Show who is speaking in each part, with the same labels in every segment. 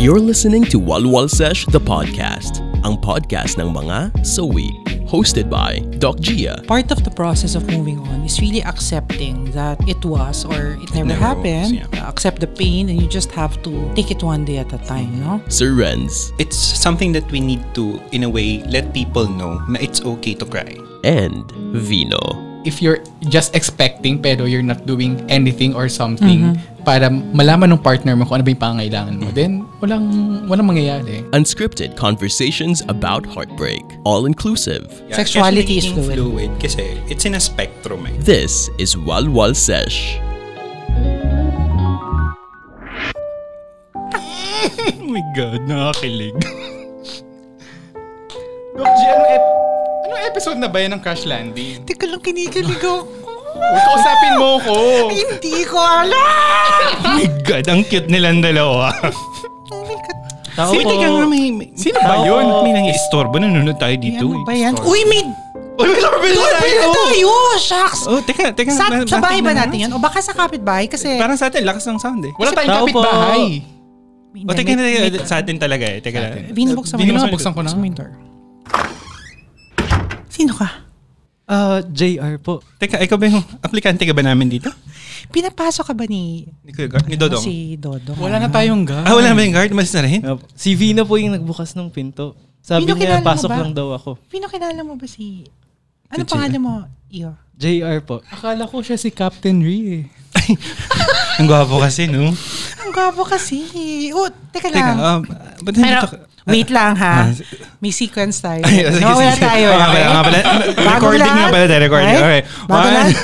Speaker 1: You're listening to Walwal Sesh the Podcast, ang podcast ng mga sawi. Hosted by Doc Gia.
Speaker 2: part of the process of moving on is really accepting that it was or it never,
Speaker 3: Never
Speaker 2: happened. Uh,
Speaker 3: was, yeah.
Speaker 2: Accept the pain and you just have to take it one day at a time, no?
Speaker 1: Sir Renz,
Speaker 3: It's something that we need to, in a way, let people know na it's okay to cry.
Speaker 1: and Vino.
Speaker 4: if you're just expecting pero you're not doing anything or something para malaman ng partner mo kung ano ba yung pangangailangan mo, then walang, walang mangyayari.
Speaker 1: Unscripted conversations about heartbreak, all inclusive.
Speaker 3: Yeah,
Speaker 2: Sexuality is
Speaker 3: especially being
Speaker 2: fluid.
Speaker 3: fluid. Kasi it's in a spectrum eh.
Speaker 1: This is Walwal Sesh.
Speaker 3: Oh my God, nakakilig.
Speaker 4: Doc G, ano, ep- ano episode na ba yan ng Crash Landing?
Speaker 2: Teka lang, kinikilig ako.
Speaker 4: Huwag kausapin mo ko!
Speaker 2: Hindi ko alam!
Speaker 3: Oh my God, ang cute nilang dalawa.
Speaker 2: Oh my God.
Speaker 3: Tao Sige, teka nga, may, may... Sino ba yun? May nangyistorbo, nanonood tayo dito.
Speaker 2: ano ba yan? Uy,
Speaker 3: Uy!
Speaker 2: may
Speaker 3: Uy, may label na
Speaker 2: doorbell
Speaker 3: tayo!
Speaker 2: na tayo! Shucks!
Speaker 3: Oh, teka, teka.
Speaker 2: Sa,
Speaker 3: na-
Speaker 2: sa bahay ba
Speaker 3: na-
Speaker 2: natin yan? O baka sa kapitbahay? Kasi...
Speaker 3: Parang sa atin, lakas ng sound eh.
Speaker 4: Wala tayong
Speaker 5: Tao po.
Speaker 4: kapitbahay.
Speaker 2: Hindi,
Speaker 3: O, teka,
Speaker 2: may-
Speaker 3: teka,
Speaker 2: may-
Speaker 3: sa atin talaga eh. Teka lang.
Speaker 2: Binubuksan mo
Speaker 4: Hindi
Speaker 2: na.
Speaker 4: naman buksan ko na.
Speaker 2: Buksan mo yung door. Sino ka?
Speaker 5: Ah, JR po.
Speaker 3: Teka, ikaw ba yung aplikante ka ba namin dito?
Speaker 2: Pinapasok ka ba ni...
Speaker 3: Ni Kuya Gar- Ni Dodong?
Speaker 2: Si Dodong.
Speaker 4: Wala na tayong guy.
Speaker 3: Ah, wala ba yung guard? Malis na rin?
Speaker 5: Opo. Si Vina po yung nagbukas ng pinto. Sabi
Speaker 2: Vino, kilala
Speaker 5: niya,
Speaker 2: mo
Speaker 5: pasok
Speaker 2: ba?"
Speaker 5: lang daw ako.
Speaker 2: Pino, kilala mo ba si... Ano
Speaker 3: Si Gia.
Speaker 2: pangalan mo, Iyo?
Speaker 5: JR po.
Speaker 4: Akala ko siya si Captain Ree eh.
Speaker 3: Ang gwapo kasi, no?
Speaker 2: Ang gwapo kasi. Oh, teka
Speaker 3: Teka,
Speaker 2: lang.
Speaker 3: um, ba't
Speaker 2: Pero,
Speaker 3: nandito ka?
Speaker 2: wait lang ha.
Speaker 3: Ah, s-
Speaker 2: May sequence tayo.
Speaker 3: Ay, sige,
Speaker 2: No, wala
Speaker 3: sige.
Speaker 2: tayo. eh.
Speaker 3: Oo nga pala, oo nga pala.
Speaker 2: Bago
Speaker 3: Recording
Speaker 2: lahat.
Speaker 3: nga pala tayo, recording.
Speaker 2: Alright?
Speaker 3: Alright.
Speaker 2: Bago
Speaker 3: One.
Speaker 2: lahat.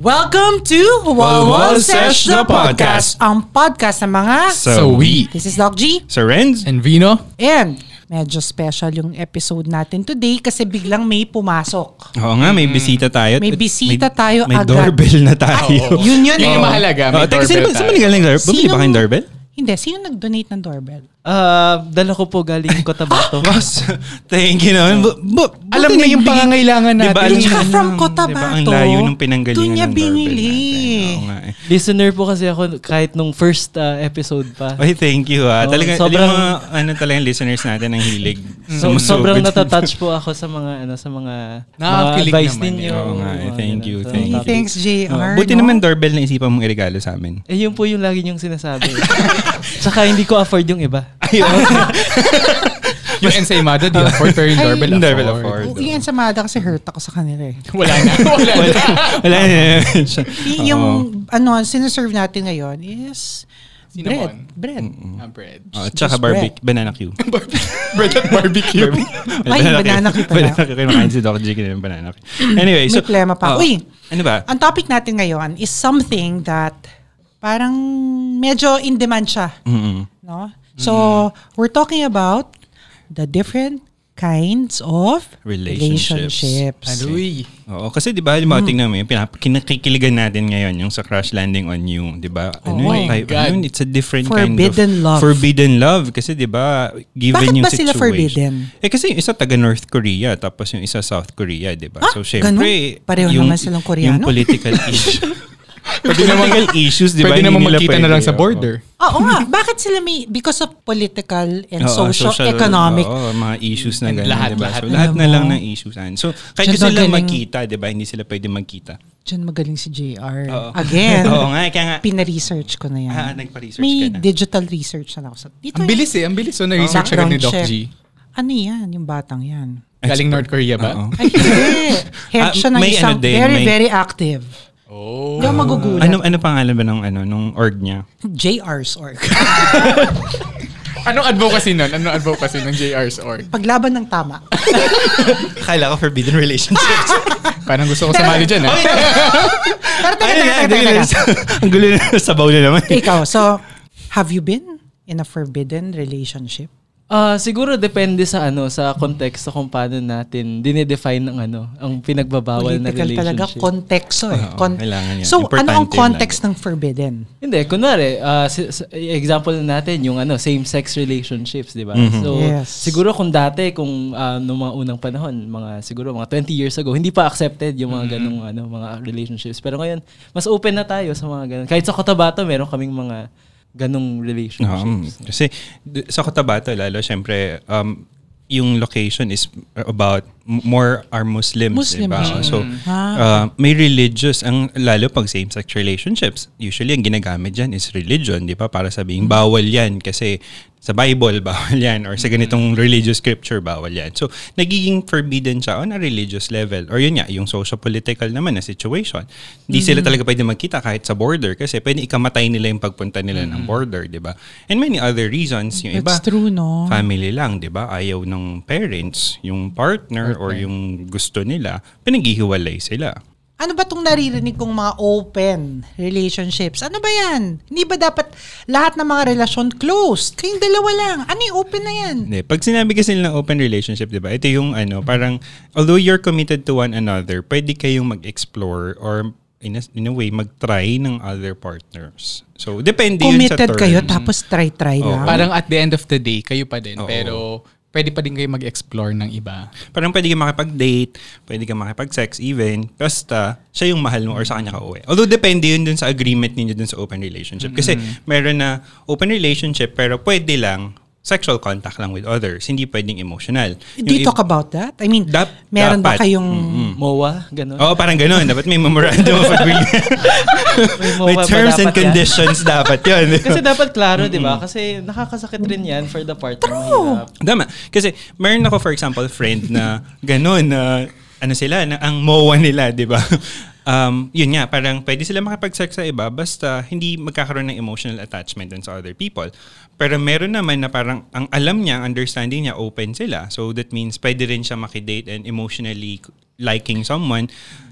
Speaker 2: Welcome to Walwal
Speaker 3: Walwal
Speaker 2: Sesh
Speaker 3: Sesh,
Speaker 2: the
Speaker 3: the podcast.
Speaker 2: Podcast. Ang podcast ng mga...
Speaker 3: So, we.
Speaker 2: This is Doc G.
Speaker 3: Sir Renz?
Speaker 4: And Vino?
Speaker 2: And medyo special yung episode natin today kasi biglang may pumasok.
Speaker 3: Oo nga, may bisita tayo.
Speaker 2: Mm. May bisita tayo
Speaker 3: may, May
Speaker 2: agad.
Speaker 3: doorbell na tayo.
Speaker 2: Yun yun.
Speaker 4: Yun
Speaker 2: eh.
Speaker 4: yung mahalaga. May
Speaker 3: Oh, teka, sino ba?
Speaker 4: doorbell
Speaker 3: Saan ba
Speaker 4: tayo.
Speaker 3: nagaling doorbell? Bumili ba
Speaker 2: Sinong-
Speaker 3: kayong doorbell?
Speaker 2: Hindi, sino nag-donate ng doorbell?
Speaker 5: Ah, dala ko po galing Cotabato.
Speaker 3: Boss, thank you naman. Bu- bu-
Speaker 4: Alam
Speaker 3: buti
Speaker 4: niya yung
Speaker 3: nagbigay-
Speaker 4: pangangailangan natin.
Speaker 3: Diba, alam
Speaker 2: Hindi
Speaker 3: niya
Speaker 2: ka
Speaker 3: yun
Speaker 2: from
Speaker 3: lang.
Speaker 2: Cotabato.
Speaker 3: Diba, ang layo ng pinanggalingan
Speaker 2: Doon niya
Speaker 3: ng doorbell
Speaker 2: binili.
Speaker 3: natin. Oo nga eh.
Speaker 5: Listener po kasi ako kahit nung first ah, episode pa.
Speaker 3: Oy, thank you ah.
Speaker 5: Oo,
Speaker 3: Talaga,
Speaker 5: sobrang-
Speaker 3: yung mga, ano talaga yung listeners natin ang hilig.
Speaker 5: So, sobrang
Speaker 3: Sumusugod.
Speaker 5: natatouch po ako sa mga ano sa mga, mga
Speaker 4: Nakakakilig
Speaker 5: advice
Speaker 4: naman
Speaker 5: ninyo.
Speaker 3: yun. Oo nga, eh.
Speaker 5: mga
Speaker 3: Thank
Speaker 5: ganun.
Speaker 3: you,
Speaker 5: So,
Speaker 3: thank you.
Speaker 5: topic.
Speaker 2: Thanks, JR.
Speaker 3: Oh, buti
Speaker 2: no?
Speaker 3: naman doorbell na isipan mong iregalo sa amin.
Speaker 5: Eh, yun po yung lagi niyong sinasabi. Tsaka hindi ko afford yung iba.
Speaker 4: Yung ensaymada, di afford pero yung
Speaker 2: Ay,
Speaker 4: doorbell
Speaker 3: yung
Speaker 4: afford.
Speaker 3: doorbell afford.
Speaker 2: Oo, Yung ensamada kasi hurt ako sa kanila eh.
Speaker 4: Wala na. Wala na.
Speaker 3: Wala na.
Speaker 2: Y- Yung ano, sinaserve natin ngayon is bread.
Speaker 4: Cinnamon.
Speaker 2: Bread.
Speaker 4: Ah, bread.
Speaker 3: Oh, tsaka
Speaker 2: Just bread.
Speaker 3: barbecue, banana Q.
Speaker 4: bread at barbecue.
Speaker 2: Ay, banana Q pala.
Speaker 3: Banana Q. Kinakain si Doc G kanina ng banana Q. Anyway,
Speaker 2: May
Speaker 3: so...
Speaker 2: plema pa.
Speaker 3: oh,
Speaker 2: Uy!
Speaker 3: Ano ba?
Speaker 2: Ang topic natin ngayon is something that parang medyo in demand siya.
Speaker 3: Mm-mm.
Speaker 2: No? So, we're talking about the different kinds of
Speaker 3: Relationships.
Speaker 2: relationships. Mm-hmm.
Speaker 4: Aluy.
Speaker 3: Oo, kasi di ba, yung mga tingnan mo yun, pinap- kinakikiligan natin ngayon yung sa Crash Landing on You, di ba?
Speaker 2: Oh
Speaker 3: yun,
Speaker 4: my
Speaker 3: type-
Speaker 4: God.
Speaker 3: ano yun, it's a different
Speaker 2: Forbidden
Speaker 3: kind of...
Speaker 2: love.
Speaker 3: Forbidden love. Kasi di ba, given
Speaker 2: Bakit
Speaker 3: yung
Speaker 2: ba sila
Speaker 3: situation.
Speaker 2: forbidden?
Speaker 3: Eh kasi yung isa taga North Korea, tapos yung isa South Korea, di ba?
Speaker 2: Ah, ganun? Pareho naman silang Koreano.
Speaker 3: Yung political issue. Pwede political issues, di ba?
Speaker 4: Pwede
Speaker 3: hindi
Speaker 4: naman
Speaker 3: nila
Speaker 4: magkita na lang
Speaker 3: pwede, Ah.
Speaker 4: sa eh.
Speaker 3: oo.
Speaker 4: border.
Speaker 2: Oo nga. Bakit sila may, because of political and
Speaker 3: Oo,
Speaker 2: social, economic.
Speaker 3: oo, mga issues na
Speaker 4: And
Speaker 3: ganun,
Speaker 4: lahat,
Speaker 3: diba?
Speaker 4: lahat.
Speaker 3: So, lahat na
Speaker 2: Alam
Speaker 3: lang
Speaker 2: mo.
Speaker 3: ng issues. yan. So, kahit
Speaker 2: Diyan
Speaker 3: gusto
Speaker 2: na
Speaker 3: nila
Speaker 2: galing-
Speaker 3: magkita, di ba? Hindi sila pwede magkita.
Speaker 2: Diyan magaling si JR.
Speaker 3: Oo.
Speaker 2: Again,
Speaker 3: Oo nga, eh, kaya nga.
Speaker 2: pina-research ko na yan.
Speaker 3: Ah, nagpa-research
Speaker 2: may
Speaker 3: ka na.
Speaker 2: digital research na ako. Sa, dito
Speaker 4: Ang
Speaker 2: yan.
Speaker 4: bilis eh. Ang bilis. So, na-research siya
Speaker 2: Background
Speaker 4: ni Doc
Speaker 2: check.
Speaker 4: G.
Speaker 2: Ano yan? Yung batang yan.
Speaker 3: Expert.
Speaker 4: Galing North Korea
Speaker 3: Oo.
Speaker 4: ba?
Speaker 2: Ay, hindi. Head
Speaker 3: Ah,
Speaker 2: siya ng
Speaker 3: may
Speaker 2: isang
Speaker 3: ano din,
Speaker 2: very,
Speaker 3: may-
Speaker 2: very active.
Speaker 4: Oh.
Speaker 2: Hindi ako magugulat.
Speaker 3: Ano ano pangalan ba ng ano nung org niya?
Speaker 2: JR's org.
Speaker 4: Anong advocacy nun? Anong advocacy ng JR's org?
Speaker 2: Paglaban ng tama.
Speaker 3: Akala ko forbidden relationship.
Speaker 4: Parang gusto ko sumali dyan, eh. ha?
Speaker 2: Pero Ah, teka,
Speaker 3: Ayun
Speaker 2: teka,
Speaker 3: nga,
Speaker 2: teka,
Speaker 3: dahil
Speaker 2: teka.
Speaker 3: sa- Ang gulo na sabaw na naman.
Speaker 2: Ikaw, so, have you been in a forbidden relationship?
Speaker 5: Ah, siguro depende sa ano, sa konteksto kung paano natin dinedefine ang ano, ang pinagbabawal
Speaker 2: Political
Speaker 5: na relationship.
Speaker 2: talaga, konteksto eh.
Speaker 3: Oo,
Speaker 2: Kon-
Speaker 3: kailangan yan.
Speaker 2: so, ano ang
Speaker 3: Importante yun
Speaker 2: context ng forbidden?
Speaker 5: Hindi, kunwari, ah, si- sa- example na natin, yung ano, same-sex relationships, di ba?
Speaker 3: Mm-hmm.
Speaker 5: So,
Speaker 2: Yes.
Speaker 5: siguro kung dati, kung ah, noong mga unang panahon, mga siguro mga 20 years ago, hindi pa accepted yung
Speaker 3: Mm-hmm.
Speaker 5: mga ganong ano, mga relationships. Pero ngayon, mas open na tayo sa mga ganon. Kahit sa Cotabato, meron kaming mga ganong
Speaker 3: Um,
Speaker 5: relationships.
Speaker 3: kasi d- sa Cotabato lalo, syempre, um, yung location is about m- more are Muslims,
Speaker 2: Muslim
Speaker 3: diba?
Speaker 2: siya.
Speaker 3: So,
Speaker 2: Ah.
Speaker 3: uh, may religious, ang lalo pag same-sex relationships, usually ang ginagamit dyan is religion, di ba? Para sabihing
Speaker 2: Mm.
Speaker 3: bawal yan kasi sa Bible, bawal yan. Or sa ganitong religious scripture, bawal yan. So, nagiging forbidden siya on a religious level. Or yun nga, yung socio-political naman na situation.
Speaker 2: Mm.
Speaker 3: Hindi sila talaga pwede magkita kahit sa border kasi pwede ikamatay nila yung pagpunta nila ng border, di ba? And many other reasons. Yung
Speaker 2: Mm. That's
Speaker 3: iba,
Speaker 2: true, no?
Speaker 3: family lang, 'di ba? Ayaw ng parents, yung partner or yung gusto nila, pinaghihiwalay sila.
Speaker 2: Ano ba tong naririnig kong mga open relationships? Ano ba yan? Hindi ba dapat lahat ng mga relasyon closed? Kayong dalawa lang. Ano yung open na yan?
Speaker 3: Hindi. Pag sinabi kasi nila open relationship, 'di ba? Ito yung ano, parang although you're committed to one another, pwede kayong mag-explore or in a, in a way mag-try ng other partners. So, depende yun sa
Speaker 2: Committed
Speaker 3: terms.
Speaker 2: kayo tapos try-try
Speaker 3: Oo.
Speaker 2: lang.
Speaker 4: Parang at the end of the day, kayo pa din.
Speaker 3: Oo.
Speaker 4: Pero pwede pa din kayo mag-explore ng iba.
Speaker 3: Parang pwede kang makipag-date, pwede kang makipag-sex even, basta siya yung mahal mo or sa kanya ka uwi. Although depende yun dun sa agreement ninyo dun sa open relationship. Kasi
Speaker 5: Mm-hmm.
Speaker 3: meron na open relationship pero pwede lang sexual contact lang with others. Hindi pwedeng emotional.
Speaker 5: Eh,
Speaker 2: Do you
Speaker 3: Yung
Speaker 2: talk about that? I mean,
Speaker 3: Dap-
Speaker 2: meron ba
Speaker 3: dapat.
Speaker 2: kayong...
Speaker 5: Mm-hmm. MOA, ganon.
Speaker 3: Oo, parang ganun. Dapat may memorandum of agreement. may
Speaker 5: MOA ba
Speaker 3: terms and
Speaker 5: dapat yan?
Speaker 3: conditions dapat yun.
Speaker 5: Kasi dapat klaro, di ba? Kasi nakakasakit rin yan for the partner. Mahirap.
Speaker 3: Tama. Kasi meron ako, for example, friend na gano'n, na ano sila, na ang MOA nila, di ba? Um, yun nga, parang pwede sila makipag-sex sa iba basta hindi magkakaroon ng emotional attachment dun sa other people. Pero meron naman na parang ang alam niya, ang understanding niya, open sila. So that means pwede rin siya makidate and emotionally liking someone.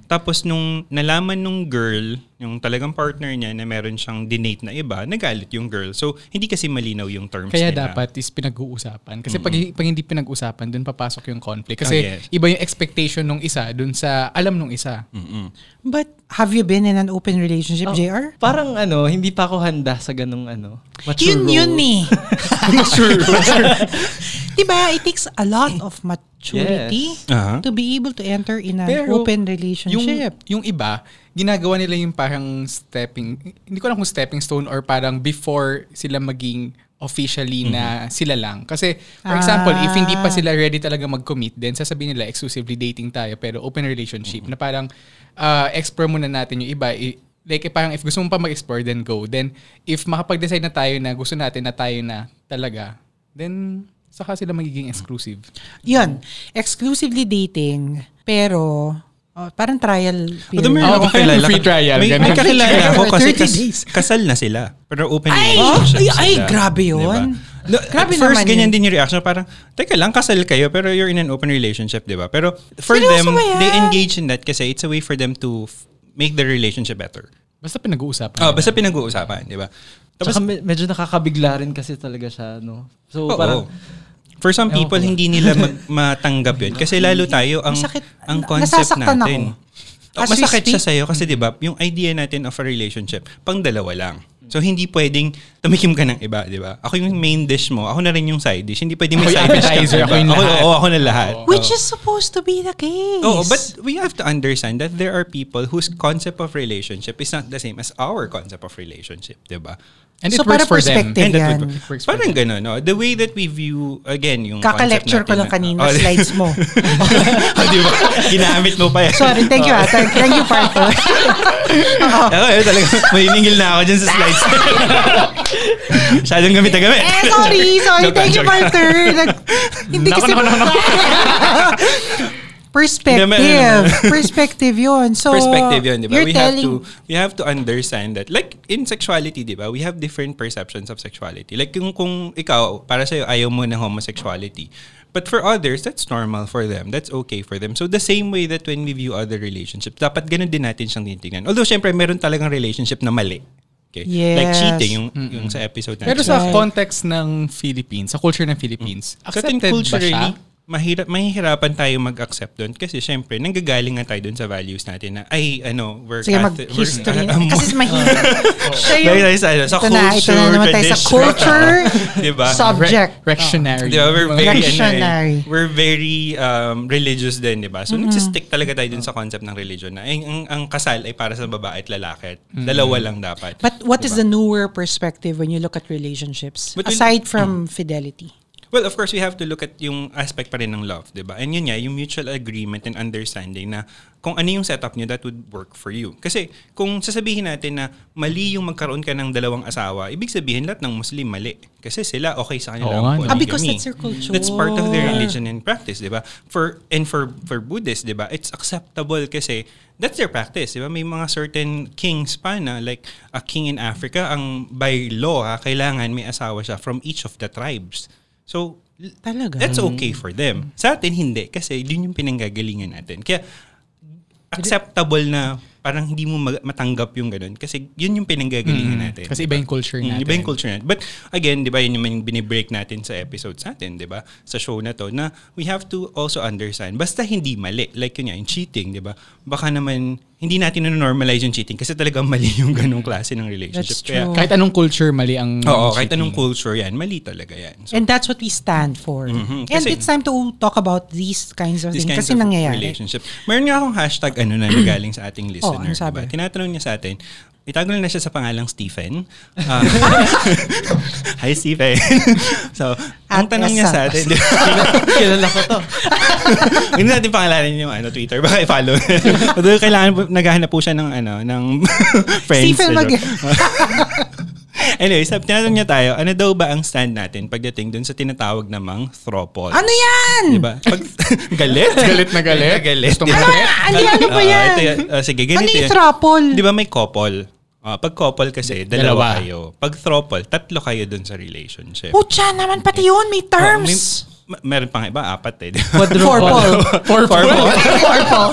Speaker 3: Tapos nung nalaman nung girl, yung talagang partner niya na meron siyang dinate na iba, nagalit yung girl. So hindi kasi malinaw yung terms
Speaker 4: Kaya
Speaker 3: nila.
Speaker 4: dapat is pinag-uusapan. Kasi pag, pag hindi pinag-usapan, dun papasok yung conflict.
Speaker 3: Mm.
Speaker 4: Kasi
Speaker 3: Oh, yes.
Speaker 4: iba yung expectation nung isa dun sa alam nung isa.
Speaker 2: But have you been in an open relationship,
Speaker 5: Oh,
Speaker 2: JR?
Speaker 5: Parang ano, hindi pa ako handa sa ganong ano. Mature
Speaker 2: Yun yun
Speaker 5: role.
Speaker 2: eh. diba, it takes a lot of maturity
Speaker 5: Yes.
Speaker 3: Aha.
Speaker 2: to be able to enter in an
Speaker 4: Pero,
Speaker 2: open relationship.
Speaker 4: Yung, yung iba, ginagawa nila yung parang stepping, hindi ko alam kung stepping stone or parang before sila maging officially
Speaker 2: Mhm.
Speaker 4: na sila lang. Kasi, for example, if hindi
Speaker 2: Ah.
Speaker 4: pa sila ready talaga mag-commit, then sasabihin nila exclusively dating tayo pero open relationship
Speaker 2: Mhm.
Speaker 4: na parang uh, explore muna natin yung iba. I- like eh, parang if gusto mo pa mag-explore, then go. Then if makapag-decide na tayo na gusto natin na tayo na talaga, then saka sila magiging exclusive.
Speaker 2: Yun, exclusively dating, pero oh, parang trial period.
Speaker 3: Although meron
Speaker 4: Oh,
Speaker 3: akong
Speaker 4: parang
Speaker 3: kilala.
Speaker 4: free trial,
Speaker 3: May,
Speaker 4: ganun.
Speaker 3: may kakilala ako kasi
Speaker 2: 30
Speaker 3: kas,
Speaker 2: days.
Speaker 3: kasal na sila. Pero open
Speaker 2: Ay!
Speaker 3: relationship
Speaker 2: Ay, ay,
Speaker 3: sila.
Speaker 2: grabe yun.
Speaker 3: No,
Speaker 2: Grabe
Speaker 3: at first,
Speaker 2: naman
Speaker 3: ganyan
Speaker 2: yun.
Speaker 3: din yung reaction. Parang, teka lang, kasal kayo pero you're in an open relationship, di ba? Pero for
Speaker 2: Seryoso
Speaker 3: them,
Speaker 2: ba yan?
Speaker 3: they engage in that kasi it's a way for them to f- make their relationship better.
Speaker 4: Basta pinag-uusapan.
Speaker 3: Oh,
Speaker 4: nila.
Speaker 3: basta pinag-uusapan, di ba? Tapos,
Speaker 5: Tsaka me- medyo nakakabigla rin kasi talaga siya, no? So,
Speaker 3: oo.
Speaker 5: parang,
Speaker 3: For some
Speaker 5: Ewan
Speaker 3: people,
Speaker 5: ko.
Speaker 3: hindi nila mag- matanggap yun. Kasi lalo tayo, ang,
Speaker 2: Masakit.
Speaker 3: ang
Speaker 2: Na-
Speaker 3: concept
Speaker 2: nasasaktan
Speaker 3: natin.
Speaker 2: ako.
Speaker 3: Oh,
Speaker 2: As we
Speaker 3: masakit siya
Speaker 2: speak.
Speaker 3: sa'yo kasi di ba, yung idea natin of a relationship, pang dalawa lang. So, hindi pwedeng tumikim ka ng iba, di ba? Ako yung main dish mo, ako na rin yung side dish. Hindi pwedeng may
Speaker 4: Ako yung
Speaker 3: side dish ka.
Speaker 4: appetizer,
Speaker 3: di ba?
Speaker 4: ako yung lahat.
Speaker 3: oo, ako na lahat.
Speaker 4: Oo.
Speaker 2: Which is supposed to be the case.
Speaker 3: Oh, but we have to understand that there are people whose concept of relationship is not the same as our concept of relationship, di ba?
Speaker 4: And it
Speaker 2: So, para
Speaker 4: works for them.
Speaker 2: perspective
Speaker 3: that
Speaker 2: yan.
Speaker 3: would-
Speaker 4: It works for
Speaker 3: Parang gano'n, no? The way that we view, again, yung
Speaker 2: Kaka-lecture ko
Speaker 3: concept
Speaker 2: lang
Speaker 3: natin
Speaker 2: kanina,
Speaker 3: na- Oh,
Speaker 2: slides mo.
Speaker 3: oh, di ba? Ginamit mo pa yan.
Speaker 2: Sorry, thank
Speaker 3: Oh.
Speaker 2: you ha. Thank, thank you, Parto.
Speaker 3: Ako, eh, talaga, maniningil na ako dyan sa slides. Masyadong gamit na gamit.
Speaker 2: eh, sorry, sorry.
Speaker 3: Joke lang,
Speaker 2: thank you,
Speaker 3: joke lang.
Speaker 2: Parto. Nag- Hindi
Speaker 4: Nako,
Speaker 2: kasi...
Speaker 4: nako, nako, nako.
Speaker 3: ano Hindi,
Speaker 2: Perspective.
Speaker 3: ma-
Speaker 2: Perspective yun. So,
Speaker 3: perspective yun, di ba?
Speaker 2: You're
Speaker 3: We have
Speaker 2: telling,
Speaker 3: to we have to understand that like in sexuality, di ba? We have different perceptions of sexuality. Like yung kung ikaw para sa ayaw mo ng homosexuality. But for others, that's normal for them. That's okay for them. So the same way that when we view other relationships, dapat ganun din natin siyang tinitingnan. Although syempre meron talagang relationship na mali. Okay? Like
Speaker 2: Yes.
Speaker 3: cheating yung yung sa episode natin.
Speaker 4: Pero sa context ng Philippines, sa culture ng Philippines,
Speaker 3: Sa atin,
Speaker 4: accepted ba siya?
Speaker 3: culturally, mahirap, mahihirapan tayo mag-accept doon kasi syempre, nanggagaling nga tayo doon sa values natin na, ay, ano, we're
Speaker 2: Sige,
Speaker 3: Catholic- we're-
Speaker 2: mag-history.
Speaker 3: ah, ah,
Speaker 2: Kasi mahirap. Siya
Speaker 3: Tayo tayo sa, ano, sa
Speaker 2: ito
Speaker 3: culture,
Speaker 2: na, ito na naman tayo sa
Speaker 3: tradition.
Speaker 2: culture,
Speaker 3: Diba?
Speaker 2: subject.
Speaker 4: Rectionary.
Speaker 3: Di ba, we're very, ano,
Speaker 2: Reactionary.
Speaker 3: eh, we're very um, religious din, di ba? So, nagsistick talaga tayo dun sa concept ng religion na ang, ang, ang kasal ay para sa babae at lalaki. Dalawa lang dapat.
Speaker 2: But what is the newer perspective when you look at relationships
Speaker 3: But we-
Speaker 2: aside from fidelity?
Speaker 3: Well, of course, we have to look at yung aspect pa rin ng love, di ba? And yun nga, yung mutual agreement and understanding na kung ano yung setup nyo, that would work for you. Kasi kung sasabihin natin na mali yung magkaroon ka ng dalawang asawa, ibig sabihin lahat ng Muslim mali. Kasi sila okay sa kanila.
Speaker 4: Oo
Speaker 3: ang
Speaker 4: nga, no?
Speaker 3: polygamy.
Speaker 2: Ah, because that's their culture.
Speaker 3: That's part of their religion and practice, di ba? For, and for, for Buddhists, di ba, it's acceptable kasi that's their practice, di ba? May mga certain kings pa na, like a king in Africa, ang by law, ha, kailangan may asawa siya from each of the tribes. So, l-
Speaker 2: Talaga?
Speaker 3: that's okay for them. Sa atin, hindi. Kasi yun yung pinanggagalingan natin. Kaya, acceptable na parang hindi mo mag- matanggap yung ganun. Kasi yun yung pinanggagalingan natin.
Speaker 4: Mm-hmm. Kasi iba yung culture
Speaker 3: Mm,
Speaker 4: natin.
Speaker 3: Iba yung culture natin. But again, di ba, yun yung binibreak natin sa episodes natin, di ba? Sa show na to, na we have to also understand, basta hindi mali. Like yun nga, yung cheating, di ba? Baka naman, hindi natin na-normalize yung cheating kasi talagang mali yung ganong klase ng relationship.
Speaker 2: That's true.
Speaker 4: Kahit anong culture, mali ang...
Speaker 3: Kaya, oo, kahit anong culture yan, mali talaga yan. So,
Speaker 2: And that's what we stand for. And
Speaker 3: Mm-hmm. Kasi-
Speaker 2: it's time to talk about these kinds of
Speaker 3: these
Speaker 2: things
Speaker 3: kinds
Speaker 2: kasi
Speaker 3: of
Speaker 2: nangyayari.
Speaker 3: relationship. Meron nga akong hashtag ano na nagaling sa ating
Speaker 2: Oh,
Speaker 3: listener.
Speaker 2: ano sabi?
Speaker 3: diba? Tinatanong niya sa atin, itago na na siya sa pangalang Stephen. Ah, hi, Stephen. so, ang
Speaker 2: At
Speaker 3: tanong niya
Speaker 2: Esa.
Speaker 3: sa atin,
Speaker 5: Kilala ko to.
Speaker 3: Hindi natin pangalanan yung ano, Twitter. Baka i-follow. Although, kailangan po, naghahanap po siya ng, ano, ng friends.
Speaker 2: Stephen
Speaker 3: ano.
Speaker 2: Mag-
Speaker 3: anyway, sab, tinatanong niya tayo, ano daw ba ang stand natin pagdating dun sa tinatawag namang thropol?
Speaker 2: Ano yan?
Speaker 3: Diba? Pag, galit?
Speaker 4: Galit na galit?
Speaker 3: galit.
Speaker 4: Gusto mo
Speaker 3: diba?
Speaker 4: galit?
Speaker 2: Ah, Ano, ano ba
Speaker 3: Oo,
Speaker 2: yan?
Speaker 3: ito yan. Ah, sige,
Speaker 2: Ano
Speaker 3: ganito
Speaker 2: yung
Speaker 3: yan.
Speaker 2: throuple?
Speaker 3: Di ba may couple? Ah, pag couple kasi, dalawa,
Speaker 4: Dalawa.
Speaker 3: kayo. Pag throuple, tatlo kayo dun sa relationship.
Speaker 2: Pucha naman pati yun, may
Speaker 3: Ah,
Speaker 2: terms.
Speaker 3: may- ma- meron pa nga iba, apat eh. di ba?
Speaker 2: Four-ball.
Speaker 5: Quadruple.
Speaker 3: Four-ball.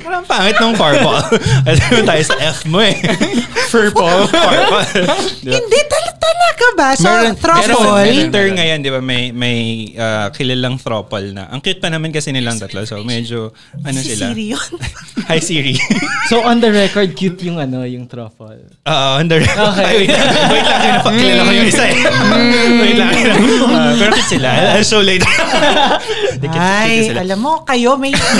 Speaker 3: Parang pangit nung four-ball. Alam mo tayo sa F mo eh. Four-ball. Four-ball. Di ba?
Speaker 2: Hindi tal- talaga ba? So,
Speaker 3: Meron,
Speaker 2: throuple.
Speaker 3: meron, meron ngayon, di ba, may, may ah, kilalang throuple na. Ang cute pa naman kasi nilang tatlo. So, medyo, ano
Speaker 2: Si
Speaker 3: sila?
Speaker 2: Siri yun.
Speaker 3: Hi, Siri.
Speaker 5: So on the record, cute yung ano, yung truffle.
Speaker 3: Oo, Ah, under. Okay. Wait lang, wait lang. Pinapakilala ko yung isa eh.
Speaker 4: Mm.
Speaker 3: wait lang. wait lang. Ah, pero cute sila. I'll show later. Cute- cute
Speaker 2: Ay,
Speaker 3: sila.
Speaker 2: alam mo, kayo may, may,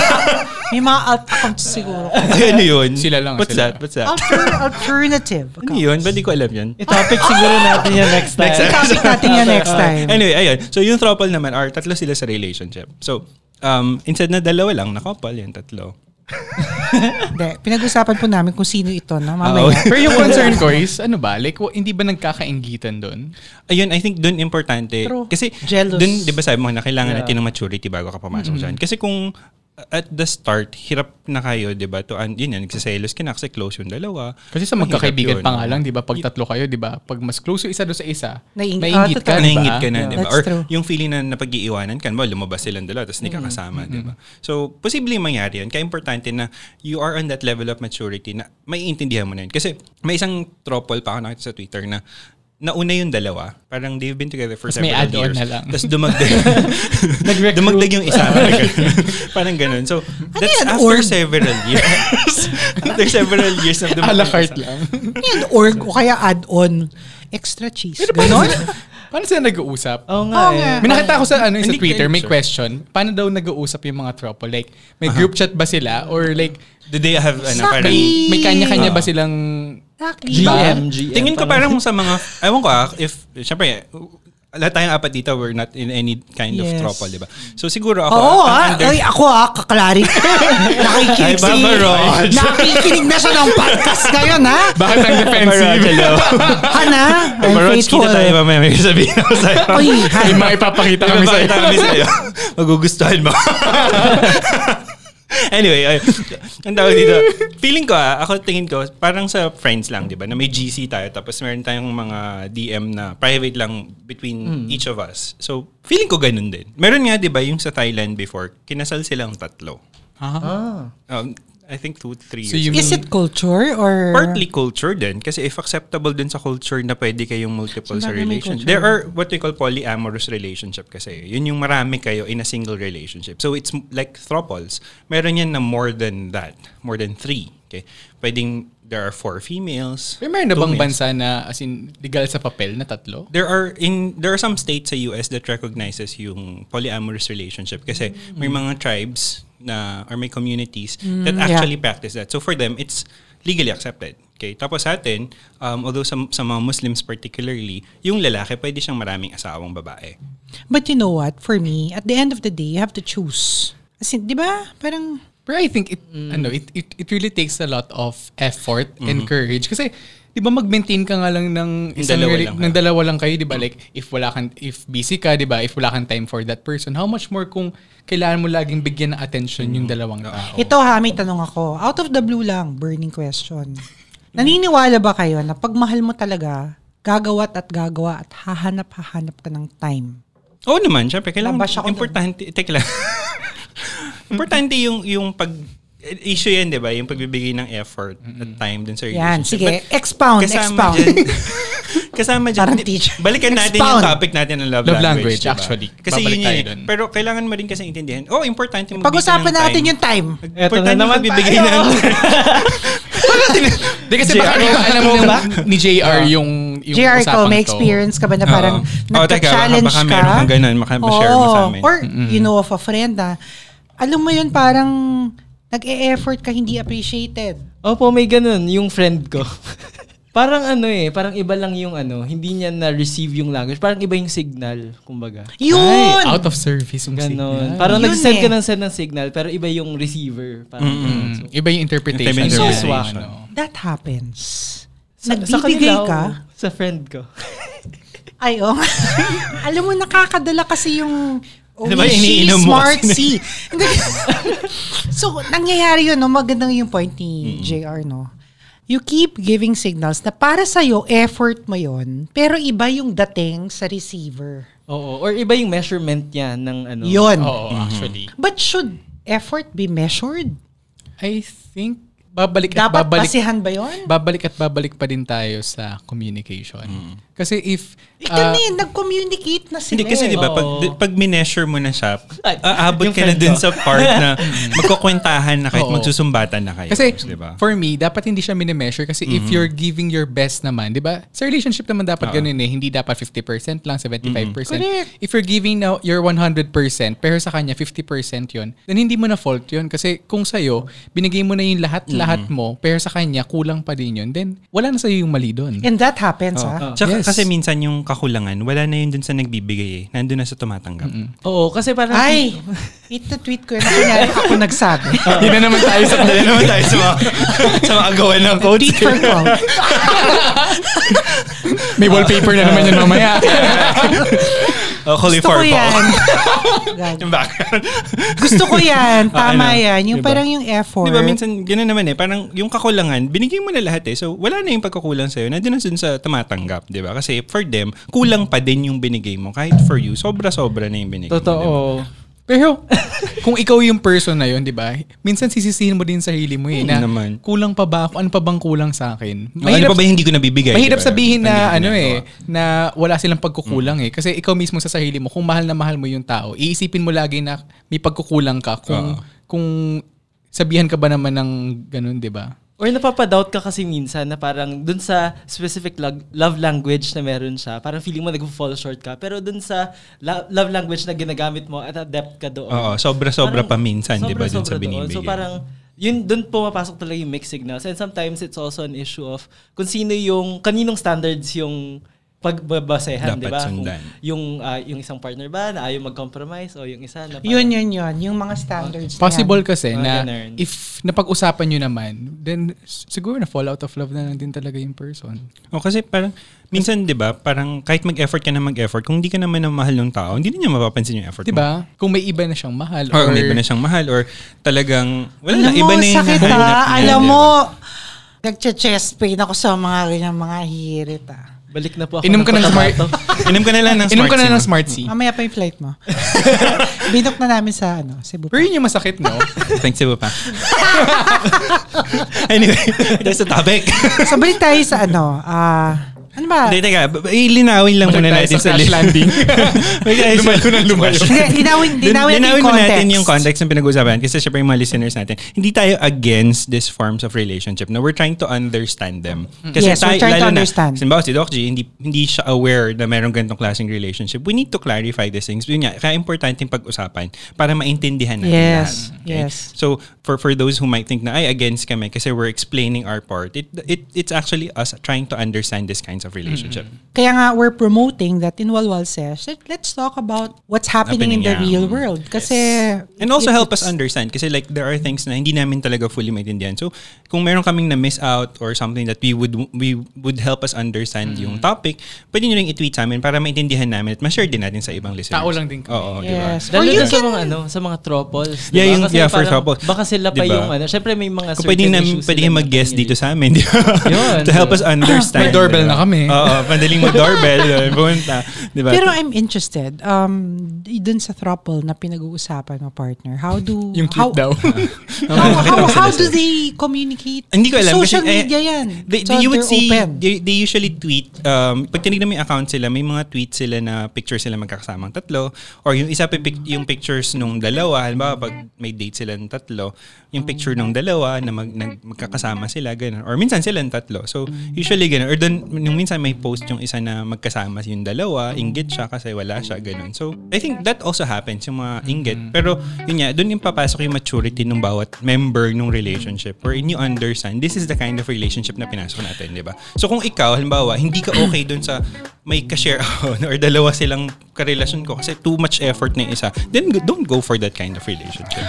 Speaker 2: may mga alt accounts siguro.
Speaker 3: Ay, ano yun?
Speaker 4: Sila lang,
Speaker 3: What's
Speaker 4: sila.
Speaker 3: that? What's that?
Speaker 2: Alter, alternative.
Speaker 3: Ano yun? Ba't di ko alam yun?
Speaker 5: I-topic siguro natin yan next time.
Speaker 3: Next time.
Speaker 2: Topic natin yan next time.
Speaker 3: Anyway, ayun. So, yung throuple naman are tatlo sila sa relationship. So, um, instead na dalawa lang, nakopal yan, tatlo.
Speaker 2: Hindi, pinag-usapan po namin kung sino ito na
Speaker 3: Oo.
Speaker 2: mamaya.
Speaker 4: Pero yung concern ko is, ano ba? Like, wa- hindi ba nagkakaingitan doon?
Speaker 3: Ayun, I think doon importante.
Speaker 2: True.
Speaker 3: Kasi
Speaker 2: Jealous. Mm-hmm.
Speaker 3: doon, di ba sabi mo na kailangan
Speaker 5: Yeah.
Speaker 3: natin ng maturity bago ka pumasok dyan. Kasi kung at the start, hirap na kayo, di ba? To, and, yun yan, nagsiselos ka na kasi close yung dalawa.
Speaker 4: Kasi sa
Speaker 3: Ang hirap yun.
Speaker 4: magkakaibigan pa nga lang, di ba? Pag tatlo kayo, di ba? Pag mas close yung isa doon sa isa,
Speaker 2: Naiing- ah,
Speaker 4: maingit
Speaker 2: totoo.
Speaker 4: ka, di ba?
Speaker 3: Naingit ka na, di ba?
Speaker 2: That's
Speaker 3: Or
Speaker 2: true.
Speaker 3: yung feeling na napag-iiwanan ka, well, lumabas silang dalawa, tapos hindi ka kasama, di ba? So, posible yung mangyari yun. Kaya importante na you are on that level of maturity na maiintindihan mo na yun. Kasi may isang tropol pa ako nakita sa Twitter na nauna yung dalawa. Parang they've been together for
Speaker 4: Tas may
Speaker 3: several
Speaker 4: add-on
Speaker 3: years.
Speaker 4: na lang.
Speaker 3: Tapos dumagdag.
Speaker 5: Nag-recruit.
Speaker 3: dumagdag yung isa. Parang ganun. parang ganun. So,
Speaker 4: Ano
Speaker 3: that's
Speaker 2: yan,
Speaker 3: after
Speaker 2: org?
Speaker 3: several years. after several years na
Speaker 4: A la
Speaker 3: dumagdag.
Speaker 4: carte lang.
Speaker 2: Yun, org o kaya add-on extra cheese. Ganon?
Speaker 4: Paano sila nag-uusap?
Speaker 5: Oo nga
Speaker 2: Oo nga.
Speaker 5: eh.
Speaker 4: May nakita ko sa ano sa
Speaker 3: Hindi ko
Speaker 4: Twitter, may
Speaker 3: sure.
Speaker 4: question. Paano daw nag-uusap yung mga tropo? Like, may group chat ba sila? Or like,
Speaker 3: Do they have, ano,
Speaker 2: Sakit.
Speaker 3: parang...
Speaker 4: may, may kanya-kanya
Speaker 3: Ah.
Speaker 4: ba silang...
Speaker 2: Exactly.
Speaker 5: GM, GM.
Speaker 3: Tingin ko parang sa mga, ewan ko ah, if, syempre, lahat tayong apat dito, we're not in any kind of
Speaker 2: Yes.
Speaker 3: trouble, di ba? So siguro ako,
Speaker 2: Oo
Speaker 3: ang
Speaker 2: ah,
Speaker 3: under-
Speaker 2: ay ako ah, kaklari.
Speaker 3: Ay,
Speaker 2: nakikinig si...
Speaker 3: Baba Rod.
Speaker 2: Nakikinig na siya ng podcast ngayon ha.
Speaker 4: Bakit ang defensive?
Speaker 2: Hana, I'm
Speaker 3: Marods,
Speaker 2: faithful.
Speaker 3: kita tayo mamaya may sabihin ako sa'yo.
Speaker 2: Uy,
Speaker 4: may
Speaker 2: Han.
Speaker 4: mga ipapakita
Speaker 3: May
Speaker 4: kami sa'yo.
Speaker 3: papakita kami sa'yo. Magugustuhan mo. anyway, ay, ang tawag dito. Feeling ko ah, ako tingin ko, parang sa friends lang, di ba? Na may GC tayo, tapos meron tayong mga DM na private lang between each of us. So, feeling ko ganun din. Meron nga, di ba, yung sa Thailand before, kinasal silang tatlo.
Speaker 4: Ah.
Speaker 3: Um, I think two, three
Speaker 4: So
Speaker 3: years.
Speaker 4: you mean,
Speaker 2: Is it culture or...
Speaker 3: Partly culture din. Kasi if acceptable din sa culture na pwede kayong multiple sa
Speaker 2: Sinabi may
Speaker 3: relationship.
Speaker 2: culture.
Speaker 3: There are what we call polyamorous relationship kasi. Yun yung marami kayo in a single relationship. So it's m- like throuples. Meron yan na more than that. More than three. Okay? Pwedeng there are four females.
Speaker 4: Pero meron na
Speaker 3: two
Speaker 4: bang
Speaker 3: males.
Speaker 4: bansa na as in legal sa papel na tatlo?
Speaker 3: There are in there are some states sa US that recognizes yung polyamorous relationship kasi may mga tribes na or may communities that
Speaker 2: yeah.
Speaker 3: actually practice that. So for them it's legally accepted. Okay. Tapos sa atin, um, although sa, sa mga Muslims particularly, yung lalaki pwede siyang maraming asawang babae.
Speaker 2: But you know what? For me, at the end of the day, you have to choose. Kasi, di ba? Parang...
Speaker 4: Pero I think it
Speaker 3: Mm.
Speaker 4: ano it, it it really takes a lot of effort
Speaker 3: Mm-hmm.
Speaker 4: and courage kasi 'di ba mag-maintain ka nga lang ng isang
Speaker 3: dalawa
Speaker 4: rela-
Speaker 3: lang
Speaker 4: ng
Speaker 3: kayo. Mm.
Speaker 4: dalawa lang kayo 'di ba like if wala kang if busy ka 'di ba if wala kang time for that person how much more kung kailangan mo laging bigyan ng attention
Speaker 3: Mm.
Speaker 4: yung dalawang tao.
Speaker 2: Ito ha, may tanong ako. Out of the blue lang, burning question. Naniniwala ba kayo na pag mahal mo talaga, gagawa't at gagawa at hahanap-hahanap ka ng time?
Speaker 3: Oo naman, syempre. Kailangan,
Speaker 2: Nabasa ko
Speaker 3: importante, teka lang. importante yung, yung pag, issue yan, di ba? Yung pagbibigay ng effort at time dun sa
Speaker 2: Yan,
Speaker 3: relationship.
Speaker 2: sige. Expound, expound.
Speaker 3: dyan- kasama dyan.
Speaker 2: Parang
Speaker 3: di-
Speaker 2: teacher.
Speaker 3: Balikan natin
Speaker 2: Expound.
Speaker 3: yung topic natin ng love,
Speaker 4: Love language,
Speaker 3: language. diba?
Speaker 4: actually.
Speaker 3: Kasi
Speaker 4: Babalik
Speaker 3: yun
Speaker 4: tayo
Speaker 3: yun. eh.
Speaker 4: dun.
Speaker 3: Pero kailangan mo rin kasi intindihan. Oh, importante magbigay
Speaker 2: Pag-usapan
Speaker 3: ng time.
Speaker 2: natin yung time.
Speaker 5: Eto
Speaker 3: Importante
Speaker 5: na naman
Speaker 3: magbibigay
Speaker 5: tayo.
Speaker 3: ng
Speaker 4: Di kasi baka
Speaker 3: JR.
Speaker 4: di ba alam ng, ni
Speaker 3: Ah.
Speaker 4: JR yung, yung
Speaker 2: JR,
Speaker 4: usapan
Speaker 2: ikaw, may
Speaker 4: to.
Speaker 2: experience ka ba na parang
Speaker 3: Oo. Oo, teka,
Speaker 2: nagka-challenge
Speaker 3: baka-
Speaker 2: ka?
Speaker 3: baka meron kang ganun, baka ma-share mo sa
Speaker 2: Oo.
Speaker 3: amin.
Speaker 2: Or you know of a friend na, alam mo yun, parang nag-e-effort ka, hindi appreciated.
Speaker 5: Opo, may ganun. Yung friend ko. parang ano eh, parang iba lang yung ano, hindi niya na-receive yung language. Parang iba yung signal, kumbaga.
Speaker 2: Yun!
Speaker 4: Ay, out of service yung
Speaker 5: Ganon.
Speaker 4: signal.
Speaker 5: Parang
Speaker 2: Yun
Speaker 5: nag-send ka
Speaker 2: eh.
Speaker 5: ng send ng signal, pero iba yung receiver. Parang ganun. So,
Speaker 4: Mm. Iba yung interpretation.
Speaker 3: Iba yung
Speaker 4: ng
Speaker 5: interpretation.
Speaker 4: mga ano.
Speaker 2: That happens.
Speaker 5: sa- sa
Speaker 2: Nagbibigay
Speaker 5: kanila,
Speaker 2: ka.
Speaker 5: oo. Sa friend ko.
Speaker 2: Ay, oh. Alam mo, nakakadala kasi yung oh,
Speaker 3: Ano ba,
Speaker 2: Oishi
Speaker 3: iniinom mo
Speaker 2: Smart
Speaker 3: kasi?
Speaker 2: C. Hindi. so, nangyayari yun, no? magandang yung point ni JR, no? You keep giving signals na para sa'yo, effort mo yon pero iba yung dating sa receiver.
Speaker 5: Oo. Or iba yung measurement niya ng ano.
Speaker 2: Yun.
Speaker 3: Oh.
Speaker 4: Oo, actually.
Speaker 2: But should effort be measured?
Speaker 4: I think babalik at
Speaker 2: Dapat
Speaker 4: babalik
Speaker 2: basihan ba yun?
Speaker 4: babalik at babalik pa din tayo sa communication. Kasi if
Speaker 2: Eh,
Speaker 4: ah,
Speaker 2: kami, nag-communicate na sila.
Speaker 3: Hindi kasi
Speaker 2: eh.
Speaker 3: di ba pag
Speaker 5: Oo.
Speaker 3: pag mineasure mo na siya,
Speaker 5: Ay,
Speaker 3: aabot
Speaker 5: yung
Speaker 3: ka na
Speaker 5: friend
Speaker 3: dun
Speaker 5: ko.
Speaker 3: sa part na magkukwentahan na kahit
Speaker 4: Oo.
Speaker 3: magsusumbatan na kayo.
Speaker 4: kasi
Speaker 3: di ba?
Speaker 4: for me dapat hindi siya mini-measure kasi if you're giving your best naman, 'di ba? Sa relationship naman dapat ganun eh, hindi dapat 50% lang, 75%.
Speaker 2: Correct.
Speaker 4: If you're giving now your 100% pero sa kanya 50% 'yon, then hindi mo na fault 'yon kasi kung sa'yo, binigay mo na yung lahat-lahat mo pero sa kanya kulang pa din 'yon, then wala na sa'yo yung mali doon.
Speaker 2: And that happens, ha?
Speaker 3: Tsaka
Speaker 4: Yes.
Speaker 3: kasi minsan yung kakulangan, wala na yun dun sa nagbibigay eh. Nandun na sa tumatanggap.
Speaker 5: Oo. Kasi parang...
Speaker 2: Ay, itatweet ko yun. Kunyari ako nagsabi.
Speaker 4: Hindi na naman tayo sa
Speaker 3: Dala naman tayo sa mga, sa mga gawa ng coach.
Speaker 2: Tweet for call.
Speaker 4: May wallpaper na naman yun mamaya.
Speaker 3: Oh, Holy
Speaker 2: Gusto
Speaker 3: Diba?
Speaker 2: ko yan.
Speaker 3: Fireball.
Speaker 2: Gag.
Speaker 3: Yung background.
Speaker 2: Gusto ko yan. Tama
Speaker 3: Ah, ano?
Speaker 2: yan. Yung
Speaker 3: Diba?
Speaker 2: parang yung effort.
Speaker 3: Di ba minsan, gano'n naman eh. Parang yung kakulangan, binigay mo na lahat eh. So, wala na yung pagkakulang sa'yo. Nandun na dun sa tumatanggap, di ba? Kasi for them, kulang pa din yung binigay mo. Kahit for you, sobra-sobra na yung binigay mo.
Speaker 5: Totoo.
Speaker 4: Pero kung ikaw yung person na yun, di ba? Minsan sisisihin mo din sarili mo eh.
Speaker 3: Hmm,
Speaker 4: na
Speaker 3: naman.
Speaker 4: Kulang pa ba ako? Ano pa bang kulang sa akin?
Speaker 3: Diba? Mahirap, ano pa ba yung hindi ko nabibigay?
Speaker 4: mahirap
Speaker 3: di ba?
Speaker 4: sabihin na
Speaker 3: Ano yung
Speaker 4: ano eh,
Speaker 3: ginagawa? Mm.
Speaker 4: na wala silang pagkukulang eh. Kasi ikaw mismo sa sarili mo, kung mahal na mahal mo yung tao, iisipin mo lagi na may pagkukulang ka kung
Speaker 3: Oo.
Speaker 4: kung sabihan ka ba naman ng ganun, di ba?
Speaker 5: Or napapadoubt ka kasi minsan na parang dun sa specific log- love language na meron siya, parang feeling mo nag-fall short ka. Pero dun sa la- love language na ginagamit mo, at adept ka doon.
Speaker 3: Oo, sobra-sobra
Speaker 5: Parang
Speaker 3: pa minsan, di ba? Dun sa
Speaker 5: sobra-sobra
Speaker 3: binibigay.
Speaker 5: doon. So parang, yun, dun pumapasok talaga yung mixed signals. And sometimes it's also an issue of kung sino yung, kaninong standards yung pagbabasehan,
Speaker 3: Dapat
Speaker 5: di ba? Kung
Speaker 3: sundan.
Speaker 5: Yung, ah, yung isang partner ba na ayaw mag-compromise o yung isa na parang,
Speaker 2: Yun, yun, yun. Yung mga standards na
Speaker 4: Possible
Speaker 2: yan.
Speaker 4: kasi
Speaker 5: Mga
Speaker 4: na
Speaker 5: ganun.
Speaker 4: if napag-usapan nyo naman, then s- siguro na fall out of love na lang din talaga yung person.
Speaker 3: O kasi parang, minsan di ba, parang kahit mag-effort ka na mag-effort, kung hindi ka naman ang mahal ng tao, hindi na niya mapapansin yung effort
Speaker 4: Di
Speaker 3: mo.
Speaker 4: ba? Kung may iba na siyang mahal
Speaker 3: Or, Mm. may iba na siyang mahal or talagang, wala
Speaker 2: Alam
Speaker 3: na, iba
Speaker 2: mo,
Speaker 3: na yung
Speaker 2: sakit
Speaker 4: ah.
Speaker 3: hanap
Speaker 2: ha.
Speaker 3: niya,
Speaker 2: Alam
Speaker 3: di ba?
Speaker 2: mo, nagche-chest pain ako sa mga ganyan mga hirit ah.
Speaker 5: Balik na po ako.
Speaker 4: Inom ka ng smart.
Speaker 3: Inom ka na lang ng smart.
Speaker 4: Inom ka na
Speaker 3: Sino.
Speaker 4: ng smart C.
Speaker 2: Mamaya pa yung flight mo. Binok na namin sa ano, Cebu.
Speaker 4: Pero yun yung masakit, no?
Speaker 3: Thanks, Cebu pa. anyway, that's the topic.
Speaker 2: So, balik tayo sa ano, ah, ano ba?
Speaker 3: Hindi, teka. b- Ilinawin lang muna
Speaker 4: Tayo
Speaker 3: natin sa
Speaker 4: sa crash
Speaker 3: li-
Speaker 4: landing.
Speaker 3: Wait, guys.
Speaker 4: Lumayo na lumayo.
Speaker 2: Hindi, linawin,
Speaker 3: Din-
Speaker 2: linawin, natin
Speaker 3: Linawin mo
Speaker 2: yung context.
Speaker 3: natin yung context ng pinag-uusapan kasi syempre yung mga listeners natin, hindi tayo against these forms of relationship. No, we're trying to understand them.
Speaker 2: Mm-hmm.
Speaker 3: Kasi
Speaker 2: Yes, we're trying to understand.
Speaker 3: Na, simbawa si Doc G, hindi, hindi siya aware na mayroong ganitong klaseng relationship. We need to clarify these things. Yun nga, kaya importante yung pag-usapan para maintindihan natin
Speaker 2: Yes,
Speaker 3: lahat.
Speaker 2: yes.
Speaker 3: So for for those who might think na ay against kami kasi we're explaining our part, it it it's actually us trying to understand these kinds of relationship.
Speaker 2: Kaya nga, we're promoting that in Walwal Sesh, that let's talk about what's happening in the
Speaker 3: Happening, yeah. Mm.
Speaker 2: real world. Kasi...
Speaker 3: And
Speaker 2: Eh,
Speaker 3: also
Speaker 2: it-
Speaker 3: help us
Speaker 2: it's-
Speaker 3: understand kasi like there are things na hindi namin talaga fully maintindihan. So kung meron kaming na miss out or something that we would we would help us understand
Speaker 4: Mm.
Speaker 3: yung topic, pwede nyo ring i-tweet sa amin para maintindihan namin at ma-share din natin sa ibang listeners.
Speaker 4: Tao lang din kami.
Speaker 3: Oo, oh, di ba?
Speaker 2: Yes. Or
Speaker 5: Lalo
Speaker 2: you
Speaker 5: na sa
Speaker 2: can-
Speaker 5: mga ano, sa mga tropos.
Speaker 3: Yeah, yung- yeah, for tropos.
Speaker 5: Baka sila pa
Speaker 3: Diba?
Speaker 5: yung ano. Siyempre may mga
Speaker 3: Kung pwede, na,
Speaker 5: issues
Speaker 3: pwede
Speaker 5: sila
Speaker 3: kayo
Speaker 5: na
Speaker 3: mag-guest
Speaker 5: ganyan
Speaker 3: dito
Speaker 5: eh.
Speaker 3: sa amin. Di ba?
Speaker 5: Yun.
Speaker 3: to help us understand.
Speaker 4: May doorbell
Speaker 3: di ba?
Speaker 4: na kami.
Speaker 3: Oo, pandaling mo doorbell. eh, Pumunta. Di ba?
Speaker 2: Pero I'm interested. Um, dun sa throuple na pinag-uusapan mo, partner, how do...
Speaker 4: Yung
Speaker 2: how,
Speaker 4: cute daw.
Speaker 2: How, how, how do they communicate?
Speaker 3: Hindi ko alam.
Speaker 2: Social
Speaker 3: kasi, eh,
Speaker 2: media yan.
Speaker 3: They,
Speaker 2: So
Speaker 3: they- you would
Speaker 2: they're
Speaker 3: see,
Speaker 2: open.
Speaker 3: they, they usually tweet, um, pag tinignan mo yung account sila, may mga tweet sila na picture sila magkakasamang tatlo, or yung isa pipic, yung pictures nung dalawa, halimbawa pag may date sila ng tatlo, yung picture nung dalawa na, mag, nag- magkakasama sila, ganun. Or minsan sila ng tatlo. So, usually ganun. Or dun, yung minsan may post yung isa na magkasama yung dalawa, inggit siya kasi wala siya, ganun. So, I think that also happens, yung mga inggit. Pero, yun nga, dun yung papasok yung maturity ng bawat member ng relationship wherein you understand this is the kind of relationship na pinasok natin, di ba? So, kung ikaw, halimbawa, hindi ka okay dun sa may ka-share ako or dalawa silang karelasyon ko kasi too much effort na yung isa, then g- don't go for that kind of relationship.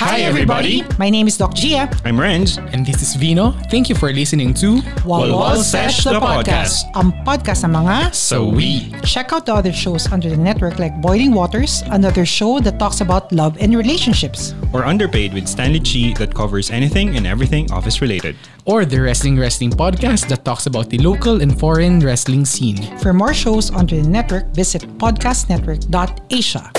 Speaker 2: Hi,
Speaker 4: everybody.
Speaker 2: My name is Doc Gia.
Speaker 3: I'm Renz.
Speaker 4: And this is Vino. Thank you for listening to
Speaker 3: Walwal Sesh, the podcast.
Speaker 2: Ang podcast ng mga...
Speaker 3: So we.
Speaker 2: Check out the other shows under the network like Boiling Waters, another show that talks about love and relationships.
Speaker 3: Or Underpaid with Stanley Chi that covers anything and everything office-related.
Speaker 4: or the Wrestling Wrestling Podcast that talks about the local and foreign wrestling scene.
Speaker 2: For more shows under the network, visit podcastnetwork.asia.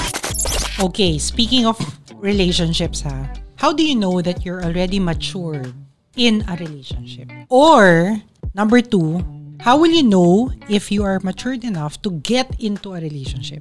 Speaker 2: Okay, speaking of relationships ha, how do you know that you're already matured in a relationship? Or, number two, how will you know if you are matured enough to get into a relationship?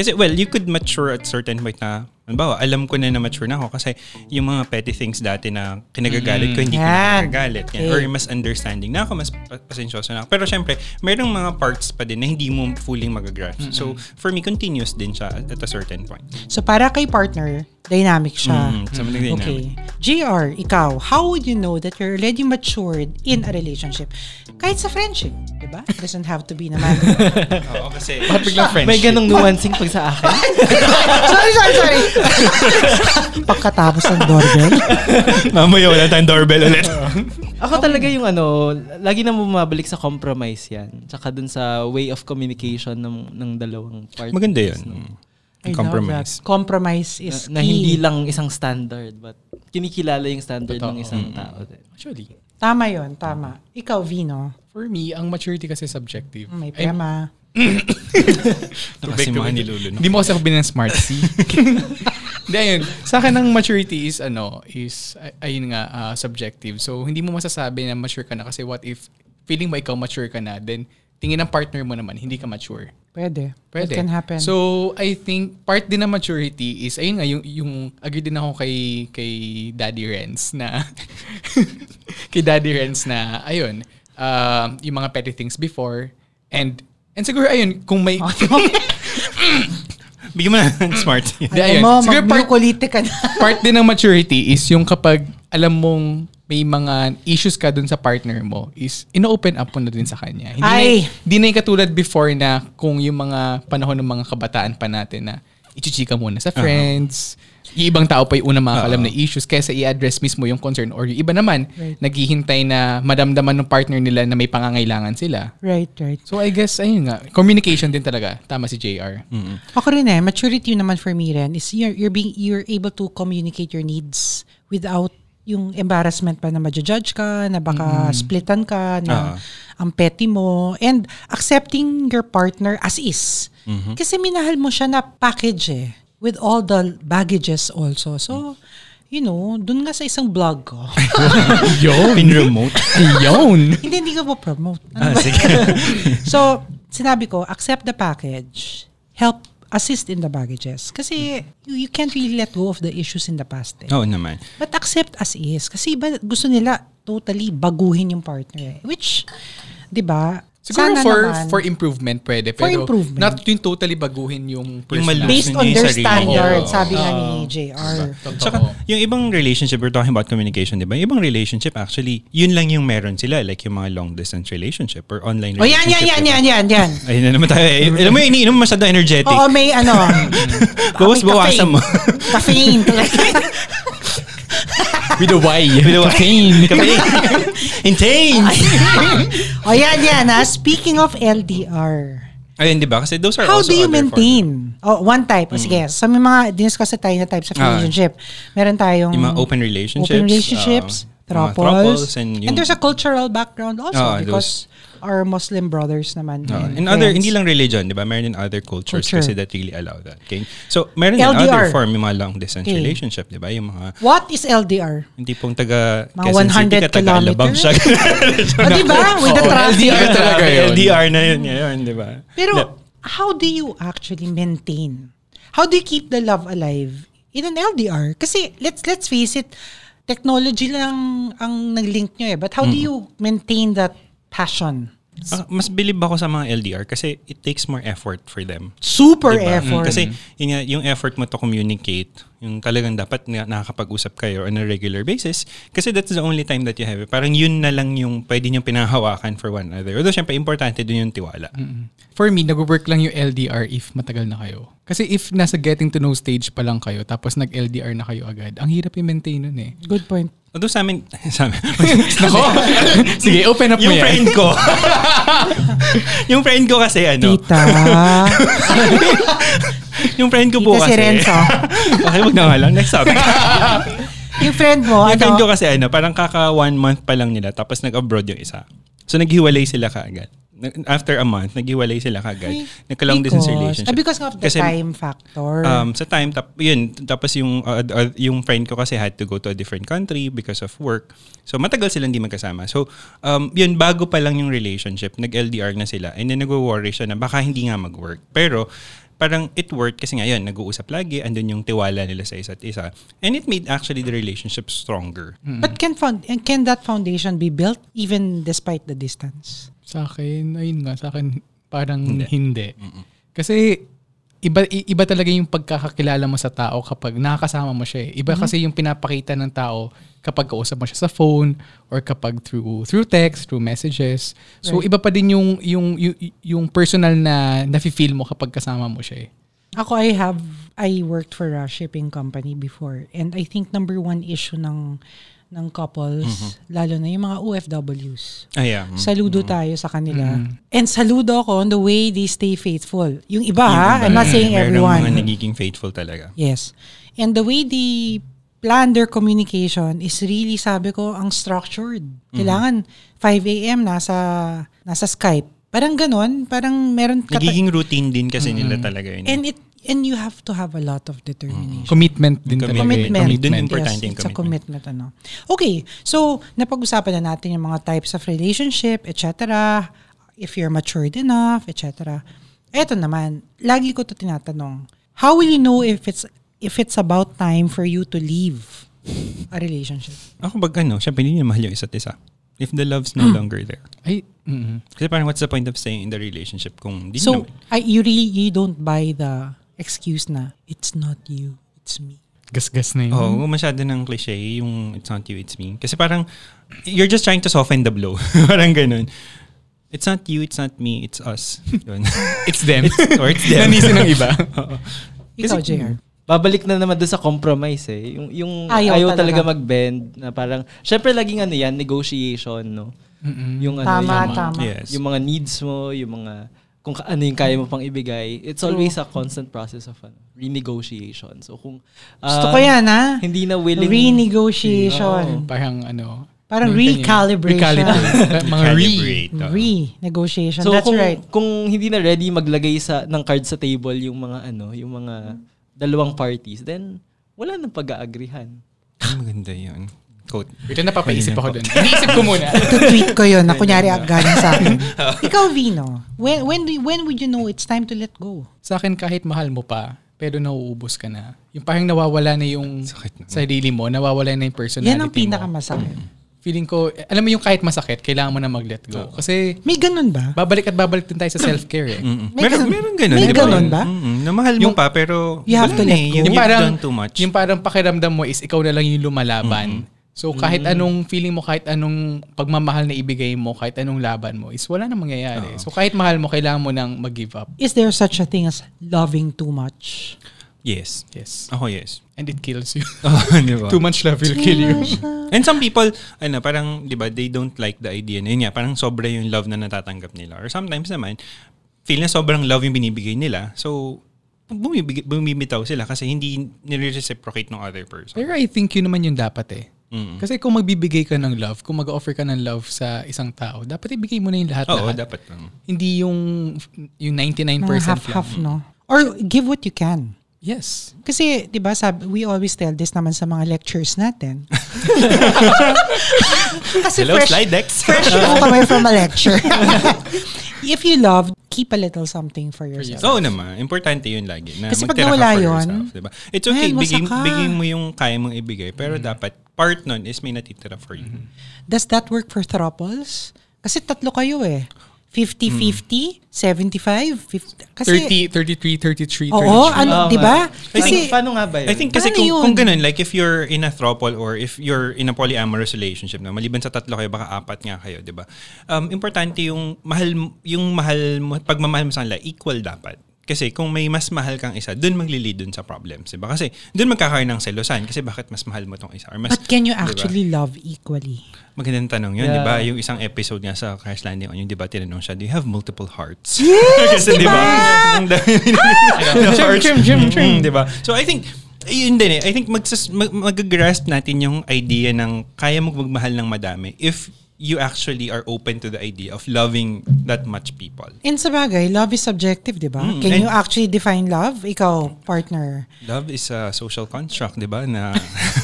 Speaker 3: Kasi, well, you could mature at certain point na, halimbawa, alam ko na na mature na ako kasi yung mga petty things dati na kinagagalit ko, hindi ko na
Speaker 2: Mm-hmm. Yan.
Speaker 3: kinagagalit. Yan.
Speaker 2: Okay.
Speaker 3: Or mas understanding na ako, mas pa- pasensyoso na ako. Pero syempre, merong mga parts pa din na hindi mo fully magagrasp. So, for me, continuous din siya at at a certain point.
Speaker 2: So para kay partner, dynamic siya.
Speaker 3: Mm, something like that.
Speaker 2: Okay. JR, ikaw, how would you know that you're already matured in a relationship? Kahit sa friendship, di ba? It doesn't have to be naman.
Speaker 3: Oo, kasi...
Speaker 4: Bakit biglang friendship?
Speaker 5: May ganong nuancing pag sa akin.
Speaker 2: sorry, sorry, sorry. Pagkatapos ng doorbell.
Speaker 3: Mamaya wala tayong doorbell ulit.
Speaker 5: Ako talaga yung ano, lagi na bumabalik sa compromise yan. Tsaka dun sa way of communication ng, ng dalawang partners.
Speaker 3: Maganda yun.
Speaker 5: no?
Speaker 2: I love
Speaker 3: Mm. Compromise.
Speaker 2: that. Compromise is
Speaker 5: Na, na
Speaker 2: key.
Speaker 5: hindi lang isang standard, but kinikilala yung standard
Speaker 4: Totoo.
Speaker 5: ng isang tao. din.
Speaker 4: Actually,
Speaker 2: Tama yon tama. Ikaw, Vino,
Speaker 4: for me, ang maturity kasi subjective.
Speaker 2: may
Speaker 4: I'm-
Speaker 2: prema.
Speaker 3: Kasi mga nilulunok.
Speaker 4: Hindi mo kasi ako binang smart C. Hindi, ayun. Sa akin, ang maturity is, ano, is, ay- ayun nga, ah, subjective. So, hindi mo masasabi na mature ka na kasi what if feeling mo ikaw mature ka na, then tingin ng partner mo naman, hindi ka mature.
Speaker 2: Pwede.
Speaker 4: Pwede.
Speaker 2: It can happen.
Speaker 4: So, I think part din ng maturity is, ayun nga, yung, yung agree din ako kay, kay Daddy Renz na, kay Daddy Renz na, ayun, um, yung mga petty things before, and, and siguro, ayun, kung may,
Speaker 2: Oh,
Speaker 3: Bigyan mo na ng smart.
Speaker 4: Di,
Speaker 2: Alam
Speaker 4: ayun.
Speaker 2: mo,
Speaker 4: Siguro part-
Speaker 2: magmukulite ka na.
Speaker 4: part din ng maturity is yung kapag alam mong may mga issues ka dun sa partner mo is ino-open up mo na din sa kanya. Hindi
Speaker 2: Ay!
Speaker 4: Na, hindi na yung katulad before na kung yung mga panahon ng mga kabataan pa natin na ichichika muna sa friends, yung ibang tao pa yung unang makakalam na issues kaysa i-address mismo yung concern or yung iba naman
Speaker 2: Right.
Speaker 4: naghihintay na madamdaman ng partner nila na may pangangailangan sila.
Speaker 2: right, right.
Speaker 4: So I guess, ayun nga, communication din talaga. Tama si JR.
Speaker 2: Ako rin eh, maturity naman for me rin is you're, you're being you're able to communicate your needs without yung embarrassment pa na ma-judge ka, na baka splitan ka, na ang petty mo. And accepting your partner as is. Kasi minahal mo siya na package eh. With all the baggages also. So, you know, dun nga sa isang vlog ko.
Speaker 3: Pin-remote.
Speaker 4: Yun!
Speaker 2: hindi, hindi ko po-promote. Ano
Speaker 3: ah,
Speaker 2: ba?
Speaker 3: sige.
Speaker 2: So, sinabi ko, accept the package, help assist in the baggages. Kasi you, you can't really let go of the issues in the past. eh.
Speaker 3: Oo naman.
Speaker 2: But accept as is. Kasi iba gusto nila totally baguhin yung partner. eh. Which, di ba,
Speaker 4: Siguro
Speaker 2: sana
Speaker 4: for
Speaker 2: naman,
Speaker 4: for improvement pwede.
Speaker 2: For
Speaker 4: Pero
Speaker 2: improvement.
Speaker 4: not yung totally baguhin yung person.
Speaker 3: malus-
Speaker 2: based on
Speaker 3: Yung
Speaker 2: their
Speaker 3: sarili.
Speaker 2: standard,
Speaker 4: Oo.
Speaker 2: sabi nga
Speaker 4: Oo.
Speaker 2: ni JR.
Speaker 4: Totoo.
Speaker 3: Tsaka, yung ibang relationship, we're talking about communication, di ba? Yung ibang relationship, actually, yun lang yung meron sila. Like yung mga long-distance relationship or online
Speaker 2: O Oh, yan,
Speaker 3: relationship.
Speaker 2: yan, yan,
Speaker 3: di ba?
Speaker 2: yan, yan, yan.
Speaker 3: Ayun na naman tayo. Eh, Alam mo, yun, iniinom masyado energetic.
Speaker 2: Oo, may ano.
Speaker 3: Bawas,
Speaker 2: may
Speaker 3: bawasan
Speaker 2: caffeine.
Speaker 3: mo.
Speaker 2: Caffeine.
Speaker 4: With a Y.
Speaker 3: Caffeine. Caffeine. Intense.
Speaker 2: o yan, yan. Ha? Speaking of LDR,
Speaker 3: Ayun, di ba? Kasi those are
Speaker 2: How
Speaker 3: also
Speaker 2: do you
Speaker 3: other
Speaker 2: maintain? Oh, one type. O sige, sa may mga diniscuss na tayo na types of
Speaker 3: Ah.
Speaker 2: relationship. Meron tayong
Speaker 3: forms. Yung mga open relationships.
Speaker 2: open relationships,
Speaker 3: uh, mga
Speaker 2: throuples.
Speaker 3: throuples, and, yung,
Speaker 2: there's a cultural background also
Speaker 3: Ah,
Speaker 2: because our Muslim brothers naman.
Speaker 3: uh,
Speaker 2: and
Speaker 3: and other,
Speaker 2: friends.
Speaker 3: hindi lang religion, di ba? Meron din other cultures
Speaker 2: Culture.
Speaker 3: kasi that really allow that. Okay? So, meron din other
Speaker 2: LDR.
Speaker 3: form yung mga long-distance
Speaker 2: Okay.
Speaker 3: relationship, di ba? Yung mga
Speaker 2: What is LDR?
Speaker 3: hindi pong taga
Speaker 2: Mga
Speaker 3: Quezon City
Speaker 2: 100
Speaker 3: ka, taga Alabang siya.
Speaker 2: O, Oh, di ba? With the
Speaker 3: Oh,
Speaker 4: Oo,
Speaker 2: traffic.
Speaker 4: LDR talaga yun.
Speaker 3: LDR na yun ngayon, di ba?
Speaker 2: Pero
Speaker 3: Na-
Speaker 2: how do you actually maintain? How do you keep the love alive in an LDR? Kasi let's let's face it, technology lang ang nag-link nyo eh. But how do
Speaker 3: Mm.
Speaker 2: you maintain that passion?
Speaker 3: Ah, mas believe ako sa mga LDR kasi it takes more effort for them.
Speaker 2: Super
Speaker 3: Diba?
Speaker 2: effort.
Speaker 3: Mm, Kasi yun nga, yung effort mo to communicate, yung talagang dapat na, nakakapag-usap kayo on a regular basis kasi that's the only time that you have it. Parang yun na lang yung pwede niyong pinahawakan for one another. Although syempre importante dun yung tiwala.
Speaker 4: For me, nag-work lang yung LDR if matagal na kayo. Kasi if nasa getting to know stage pa lang kayo, tapos nag-LDR na kayo agad, ang hirap i-maintain nun eh.
Speaker 2: Good point.
Speaker 3: Although sa amin, sa amin,
Speaker 4: Nako! Sige, open up mo
Speaker 3: yung
Speaker 4: yan.
Speaker 3: friend ko. yung friend ko kasi ano,
Speaker 2: Tita.
Speaker 3: yung friend ko po
Speaker 2: Tita si
Speaker 3: kasi.
Speaker 2: Renzo.
Speaker 3: okay, wag na nga lang. Next topic.
Speaker 2: yung friend mo,
Speaker 3: Yung friend ko
Speaker 2: ano?
Speaker 3: kasi ano, parang kaka one month pa lang nila tapos nag-abroad yung isa. So naghiwalay sila kaagad. Na- After a month, naghiwalay sila kaagad. Nagka-long distance
Speaker 2: Because-
Speaker 3: relationship.
Speaker 2: ah, Because of the
Speaker 3: Kasi,
Speaker 2: time factor.
Speaker 3: Um, sa time, tap, yun, tapos yung, uh, uh, yung friend ko kasi had to go to a different country because of work. So matagal silang di magkasama. So um, yun, bago pa lang yung relationship, nag-LDR na sila. And then nag-worry siya na baka hindi nga mag-work. Pero parang it worked kasi nga yun, nag-uusap lagi, andun yung tiwala nila sa isa't isa. And it made actually the relationship stronger.
Speaker 2: But can found and can that foundation be built even despite the distance?
Speaker 4: Sa akin, ayun nga, sa akin parang hindi. Kasi iba i- iba talaga yung pagkakakilala mo sa tao kapag nakakasama mo siya. eh. Iba
Speaker 2: Mm-hmm.
Speaker 4: kasi yung pinapakita ng tao kapag kausap mo siya sa phone or kapag through through text, through messages. So
Speaker 2: Right.
Speaker 4: iba pa din yung yung yung, yung personal na nafi-feel mo kapag kasama mo siya. eh.
Speaker 2: Ako, I have, I worked for a shipping company before. And I think number one issue ng ng couples,
Speaker 3: Mm-hmm.
Speaker 2: lalo na yung mga OFWs.
Speaker 3: Ah, yeah.
Speaker 2: Saludo tayo sa kanila.
Speaker 3: Mm-hmm.
Speaker 2: And saludo ako on the way they stay faithful. Yung iba, ha? I'm not saying
Speaker 3: Meron
Speaker 2: everyone.
Speaker 3: mga nagiging faithful talaga.
Speaker 2: Yes. And the way they plan their communication is really, sabi ko, ang structured.
Speaker 3: Mm-hmm.
Speaker 2: Kailangan 5 a.m. nasa nasa Skype. Parang ganon. Parang meron kata-
Speaker 3: Nagiging routine din kasi nila talaga yun.
Speaker 2: And it and you have to have a lot of determination.
Speaker 4: Commitment din talaga. eh.
Speaker 2: Commitment.
Speaker 3: Dun importante
Speaker 2: yes,
Speaker 3: yung
Speaker 2: it's a
Speaker 3: commitment.
Speaker 2: commitment. Ano. Okay, so napag-usapan na natin yung mga types of relationship, etc. If you're matured enough, etc. Eto naman, lagi ko to tinatanong. How will you know if it's if it's about time for you to leave a relationship?
Speaker 3: Ako pag ano, syempre hindi niya mahal yung isa't isa. If the love's no longer there.
Speaker 4: Ay, mm
Speaker 3: Kasi parang what's the point of staying in the relationship kung hindi
Speaker 2: So,
Speaker 3: so, naman.
Speaker 2: I, you really you don't buy the excuse na it's not you, it's me.
Speaker 4: gasgas na yun.
Speaker 3: Oo, masyado ng cliche yung it's not you, it's me. Kasi parang you're just trying to soften the blow. parang ganun. It's not you, it's not me, it's us. Yun.
Speaker 4: It's them.
Speaker 3: It's- or it's them.
Speaker 4: Nanisin ng iba.
Speaker 3: Oo.
Speaker 2: Ikaw,
Speaker 3: Kasi-
Speaker 2: JR.
Speaker 5: Babalik na naman doon sa compromise eh. Yung, yung
Speaker 2: Ayaw
Speaker 5: ayaw,
Speaker 2: talaga.
Speaker 5: talaga. mag-bend na parang, syempre laging ano yan, negotiation, no? Yung, ano,
Speaker 2: Tama,
Speaker 5: yung,
Speaker 2: tama.
Speaker 3: Yes.
Speaker 5: yung mga needs mo, yung mga kung ka- ano yung kaya mo pang ibigay, it's always a constant process of ano, renegotiation. So kung
Speaker 2: Gusto
Speaker 5: um,
Speaker 2: ko yan, ha?
Speaker 5: Hindi na willing
Speaker 2: Renegotiation.
Speaker 4: Parang ano.
Speaker 2: Parang
Speaker 4: maintain yun.
Speaker 2: recalibration.
Speaker 4: Recalibrate. Mga re.
Speaker 3: Calibrate, oo.
Speaker 2: Renegotiation.
Speaker 5: So
Speaker 2: That's
Speaker 5: kung
Speaker 2: right.
Speaker 5: kung hindi na ready maglagay sa ng card sa table yung mga ano, yung mga dalawang parties, then wala nang pag-aagrihan.
Speaker 3: Ay, Maganda yun. Quote.
Speaker 4: Wait, napapaisip ako dun. Iniisip ko muna.
Speaker 2: Tweet ko yun na kunyari ang galing sa akin. Ikaw, Vino, when, when, do- when would you know it's time to let go?
Speaker 4: Sa akin, kahit mahal mo pa, pero nauubos ka na. Yung parang nawawala na yung
Speaker 3: Sakit naman.
Speaker 4: sarili mo, nawawala na yung personality
Speaker 2: Yan ang
Speaker 4: mo.
Speaker 2: pinakamasakit.
Speaker 4: Feeling ko, eh, alam mo yung kahit masakit, kailangan mo na mag-let go. Kasi
Speaker 2: May ganun ba?
Speaker 4: babalik at babalik din tayo sa self-care eh.
Speaker 2: May
Speaker 3: Meron,
Speaker 2: ganun-
Speaker 3: meron ganun.
Speaker 2: may
Speaker 3: di ba?
Speaker 2: ganun ba?
Speaker 3: Mm-mm. Na mahal mo pa, pero
Speaker 2: You have
Speaker 3: wala
Speaker 2: to
Speaker 3: na
Speaker 2: let go.
Speaker 3: eh. You-
Speaker 4: Yung
Speaker 3: You've
Speaker 4: parang,
Speaker 3: done too much.
Speaker 4: yung parang pakiramdam mo is ikaw na lang yung lumalaban. So kahit anong feeling mo, kahit anong pagmamahal na ibigay mo, kahit anong laban mo, is wala na mangyayari. So kahit mahal mo, kailangan mo nang mag-give up.
Speaker 2: Is there such a thing as loving too much?
Speaker 3: Yes.
Speaker 4: Oh, Yes.
Speaker 3: Ako, yes.
Speaker 4: And it kills you.
Speaker 3: Oh, di ba?
Speaker 4: Too much love will kill you.
Speaker 3: And some people, ano, parang, di ba, they don't like the idea na yun nga, parang sobra yung love na natatanggap nila. Or sometimes naman, feel na sobrang love yung binibigay nila. So, bumibig, bumibitaw sila kasi hindi nire-reciprocate ng other person.
Speaker 4: Pero I think yun naman yung dapat eh.
Speaker 3: Mm.
Speaker 4: Kasi kung magbibigay ka ng love, kung mag-offer ka ng love sa isang tao, dapat ibigay mo na
Speaker 3: Oo,
Speaker 4: yung lahat-lahat.
Speaker 3: dapat. lang.
Speaker 4: Hindi yung yung
Speaker 2: Mga
Speaker 4: 99% lang.
Speaker 2: half-half, no? Or give what you can.
Speaker 4: Yes.
Speaker 2: Kasi, di ba, sabi, we always tell this naman sa mga lectures natin. Kasi
Speaker 3: Hello,
Speaker 2: fresh,
Speaker 3: slide decks.
Speaker 2: fresh po kami from a lecture. If you love, keep a little something for yourself.
Speaker 3: Oo naman. Importante yun lagi. Na
Speaker 2: Kasi pag
Speaker 3: magtira ka
Speaker 2: nawala
Speaker 3: for
Speaker 2: yun,
Speaker 3: yourself, diba? It's okay.
Speaker 2: ayun,
Speaker 3: Bigay,
Speaker 2: wasak ka.
Speaker 3: bigay mo yung kaya mong ibigay. Pero dapat part nun is may natitira for you.
Speaker 2: Does that work for throuples? Kasi tatlo kayo eh. 50-50, 75, 50. Kasi,
Speaker 4: 30, 33, 33, 33.
Speaker 2: oo, ano,
Speaker 5: Oo
Speaker 2: di ba?
Speaker 5: nga.
Speaker 2: Kasi,
Speaker 5: Paano- paano nga ba yun?
Speaker 3: I think kasi
Speaker 2: Paano
Speaker 3: kung,
Speaker 2: yun?
Speaker 3: kung ganun, like if you're in a throuple or if you're in a polyamorous relationship, no, maliban sa tatlo kayo, baka apat nga kayo, di ba? Um, importante yung mahal, mo- yung mahal mo, pagmamahal mo sa kanila, equal dapat. Kasi kung may mas mahal kang isa, dun maglilid dun sa problems, di ba? Kasi dun magkakaroon ng selosan. Kasi bakit mas mahal mo tong isa? Or mas,
Speaker 2: but can you
Speaker 3: di ba?
Speaker 2: actually love equally?
Speaker 3: Magandang tanong yun, di
Speaker 5: Yeah.
Speaker 3: ba? Yung isang episode nga sa Crash Landing on yung, di ba, tinanong siya, do you have multiple hearts?
Speaker 2: Yes, di ba? Ah!
Speaker 3: Ang dami- ng hearts.
Speaker 4: Chim, chim, chim, chim.
Speaker 3: Mm, Di ba? So I think, yun din eh. I think magsas, mag, mag-grasp natin yung idea ng kaya mo magmahal ng madami if you actually are open to the idea of loving that much people.
Speaker 2: And sa bagay, love is subjective, di ba?
Speaker 3: Mm,
Speaker 2: Can
Speaker 3: and-
Speaker 2: you actually define love? Ikaw, partner.
Speaker 3: Love is a social construct, di ba? Na,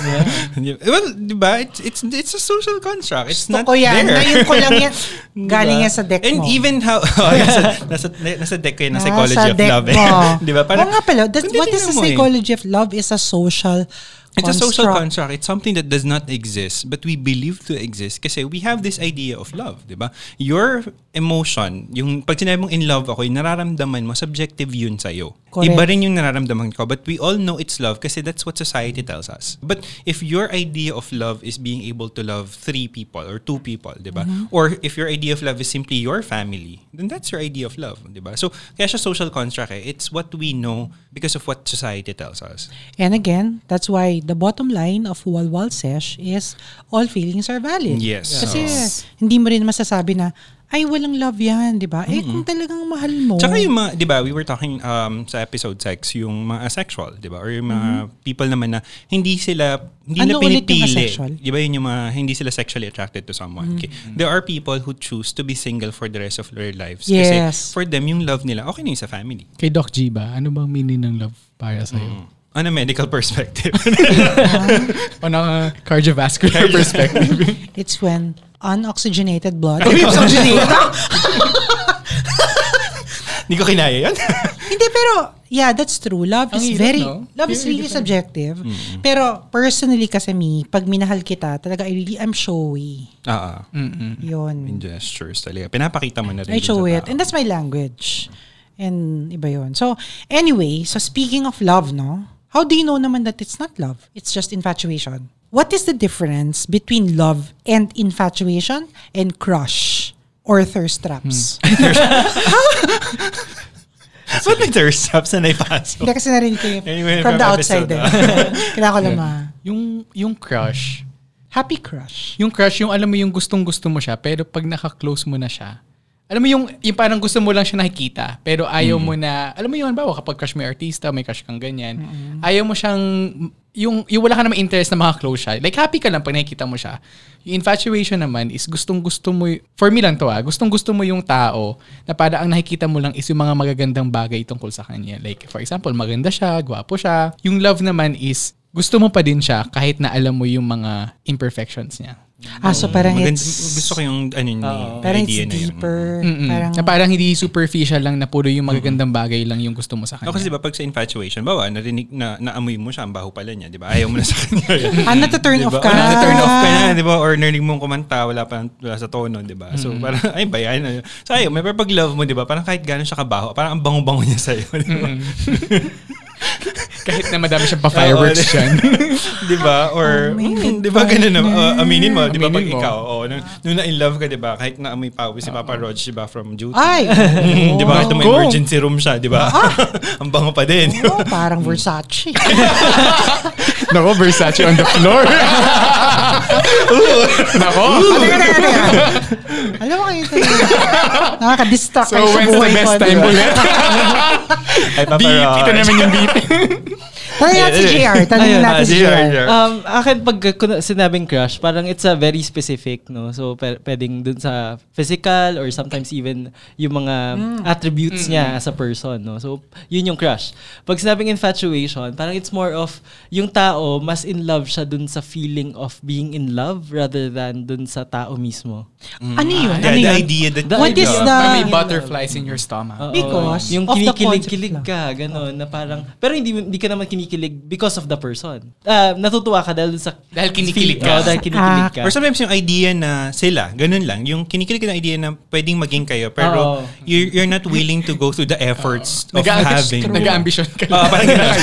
Speaker 3: well, di ba? It's, it's, it's a social construct. It's
Speaker 2: Gusto
Speaker 3: not
Speaker 2: ko yan.
Speaker 3: there.
Speaker 2: Ngayon ko lang yan.
Speaker 3: Diba?
Speaker 2: Galing yan sa deck
Speaker 3: And
Speaker 2: mo.
Speaker 3: even how, oh, nasa, nasa, nasa deck ko yun, ng
Speaker 2: Nasa
Speaker 3: psychology of
Speaker 2: deck
Speaker 3: love. Eh.
Speaker 2: mo.
Speaker 3: Di ba? Parang-
Speaker 2: Oo nga pala. That's-
Speaker 3: Kundi
Speaker 2: what is
Speaker 3: tingnan
Speaker 2: the
Speaker 3: mo eh.
Speaker 2: psychology of love is a social
Speaker 3: It's a social
Speaker 2: construct.
Speaker 3: construct. It's something that does not exist, but we believe to exist kasi we have this idea of love, di ba? Your emotion, yung pag sinabi mong in love ako, yung nararamdaman mo, subjective yun sa'yo.
Speaker 2: Correct.
Speaker 3: Iba rin yung nararamdaman ko, but we all know it's love kasi that's what society tells us. But if your idea of love is being able to love three people or two people, di ba? Or if your idea of love is simply your family, then that's your idea of love, di ba? So, kaya siya social construct eh. It's what we know because of what society tells us.
Speaker 2: And again, that's why the bottom line of Walwal Sesh is all feelings are valid.
Speaker 3: Yes.
Speaker 2: Kasi hindi mo rin masasabi na, ay, walang love yan, di ba? Eh, kung talagang mahal mo.
Speaker 3: Tsaka yung mga, di ba, we were talking um, sa episode sex, yung mga asexual, di ba? Or yung mga people naman na hindi sila, hindi
Speaker 2: Mm-hmm. Ano
Speaker 3: na
Speaker 2: ulit yung
Speaker 3: pinipili.
Speaker 2: asexual?
Speaker 3: Di ba yun yung mga, hindi sila sexually attracted to someone.
Speaker 2: Mm-hmm.
Speaker 3: Okay. There are people who choose to be single for the rest of their lives.
Speaker 2: Yes.
Speaker 3: Kasi for them, yung love nila, okay na yung sa family.
Speaker 4: Kay Doc G ba, ano bang meaning ng love para sa'yo?
Speaker 3: On a medical perspective.
Speaker 4: On a cardiovascular perspective.
Speaker 2: It's when unoxygenated blood. Unoxygenated?
Speaker 3: Hindi ko kinaya yun.
Speaker 2: Hindi, pero, yeah, that's true. Love
Speaker 4: Ang
Speaker 2: is
Speaker 4: hirap,
Speaker 2: very,
Speaker 4: no?
Speaker 2: love is
Speaker 4: Very
Speaker 2: really subjective. Pero, personally kasi me, pag minahal kita, talaga, I really am showy.
Speaker 3: Oo.
Speaker 2: Yun.
Speaker 3: Ah, Yung gestures talaga. Pinapakita mo na rin.
Speaker 2: I
Speaker 3: dun sa
Speaker 2: show it.
Speaker 3: tao.
Speaker 2: And that's my language. And iba yun. So, anyway, so speaking of love, no? How do you know naman that it's not love? It's just infatuation. What is the difference between love and infatuation and crush or thirst traps?
Speaker 3: Hmm. Ba't may thirst traps na naipasok?
Speaker 2: Hindi kasi narinig ko yun
Speaker 3: Anyway,
Speaker 2: from the
Speaker 3: from
Speaker 2: outside. Eh.
Speaker 3: episode, ah.
Speaker 2: Kailangan ko lang ma-
Speaker 4: yung, yung crush,
Speaker 2: Happy crush.
Speaker 4: Yung crush, yung alam mo yung gustong-gusto mo siya, pero pag naka-close mo na siya, alam mo yung, yung parang gusto mo lang siya nakikita, pero ayaw mo na, alam mo yun, bawa kapag crush may artista, may crush kang ganyan, ayaw mo siyang, yung, yung wala ka naman interest na makaklose siya. Like, happy ka lang pag nakikita mo siya. Yung infatuation naman is gustong-gusto mo, y- for me lang to ah, gustong-gusto mo yung tao na para ang nakikita mo lang is yung mga magagandang bagay tungkol sa kanya. Like, for example, maganda siya, gwapo siya. Yung love naman is, gusto mo pa din siya kahit na alam mo yung mga imperfections niya.
Speaker 2: Ah, so parang
Speaker 3: Maganda,
Speaker 2: it's,
Speaker 3: gusto ko yung ano yun,
Speaker 5: Oo.
Speaker 2: parang it's
Speaker 3: idea na yun.
Speaker 2: deeper.
Speaker 4: Mm-mm.
Speaker 2: Parang,
Speaker 4: na parang hindi superficial lang na puro yung magagandang bagay lang yung gusto mo sa kanya.
Speaker 3: O kasi diba pag sa infatuation, bawa, narinig na, naamoy mo siya, ang baho pala niya, di ba? Ayaw mo na sa kanya.
Speaker 2: ah, nata-turn
Speaker 3: Diba?
Speaker 2: off ka.
Speaker 3: O, nata-turn off ka na, di ba? Or narinig mong kumanta, wala pa wala sa tono, di ba?
Speaker 2: Mm.
Speaker 3: So parang, ay, bayan. na yun. So ayaw, may pero pag love mo, di ba? Parang kahit gano'n siya kabaho, parang ang bango-bango niya sa'yo, di ba?
Speaker 2: Mm.
Speaker 4: Kahit na madami siyang pa-fireworks
Speaker 3: Oo. ano.
Speaker 4: dyan.
Speaker 3: di ba?
Speaker 2: Oh
Speaker 3: Or, mm, di ba ganun na, uh, aminin mo, di ba? Pag
Speaker 4: Aminin mo.
Speaker 3: ikaw, oh, nung, nung na-in love ka, di ba? Kahit na amoy pawis si Papa Roach, di ba? From duty.
Speaker 2: Ay! oh, Ah.
Speaker 3: Mm, di ba? Ito may
Speaker 4: Go.
Speaker 3: emergency room siya, di ba? ang bango pa din. di ba?
Speaker 2: Oo, parang Versace.
Speaker 4: Nako, Versace on the floor. Nako.
Speaker 2: Teka, teka, teka. Alam mo kayo tayo. Nakaka-distract
Speaker 4: So,
Speaker 2: kayo sa
Speaker 4: when's the
Speaker 2: buhay ko.
Speaker 4: best
Speaker 2: di
Speaker 4: time
Speaker 2: ba?
Speaker 4: ulit?
Speaker 3: Ay, Papa
Speaker 4: Ano Beep.
Speaker 3: Roach.
Speaker 4: Ito naman yung beep.
Speaker 2: Tanungin natin si JR. Tanungin
Speaker 5: Ayun,
Speaker 2: natin si
Speaker 3: JR,
Speaker 2: JR.
Speaker 3: JR.
Speaker 5: Um, akin, pag kun- sinabing crush, parang it's a very specific, no? So, pe- pwedeng dun sa physical or sometimes even yung mga
Speaker 2: Mm.
Speaker 5: attributes niya as a person, no? So, yun yung crush. Pag sinabing infatuation, parang it's more of yung tao, mas in love siya dun sa feeling of being in love rather than dun sa tao mismo.
Speaker 2: Ano yun?
Speaker 3: The,
Speaker 2: Ano
Speaker 3: the
Speaker 2: yun?
Speaker 3: idea that
Speaker 5: The
Speaker 2: What
Speaker 5: idea.
Speaker 2: is the...
Speaker 4: Parang may butterflies in your stomach.
Speaker 5: Oo.
Speaker 2: Because
Speaker 5: yung
Speaker 2: of the
Speaker 5: kinikilig-kilig
Speaker 2: concept
Speaker 5: ka, gano'n, na parang, pero hindi, hindi ka naman kinikilig because of the person. Ah, natutuwa ka dahil sa...
Speaker 4: Dahil kinikilig ka.
Speaker 5: Oo, dahil kinikilig ka. Ah.
Speaker 3: Or sometimes yung idea na sila, ganun lang. Yung kinikilig na idea na pwedeng maging kayo, pero
Speaker 5: Oo.
Speaker 3: you're, you're not willing to go through the efforts of having.
Speaker 4: Nag-a- Nag-ambition ka
Speaker 3: Oo,
Speaker 4: lang.
Speaker 3: parang ganun.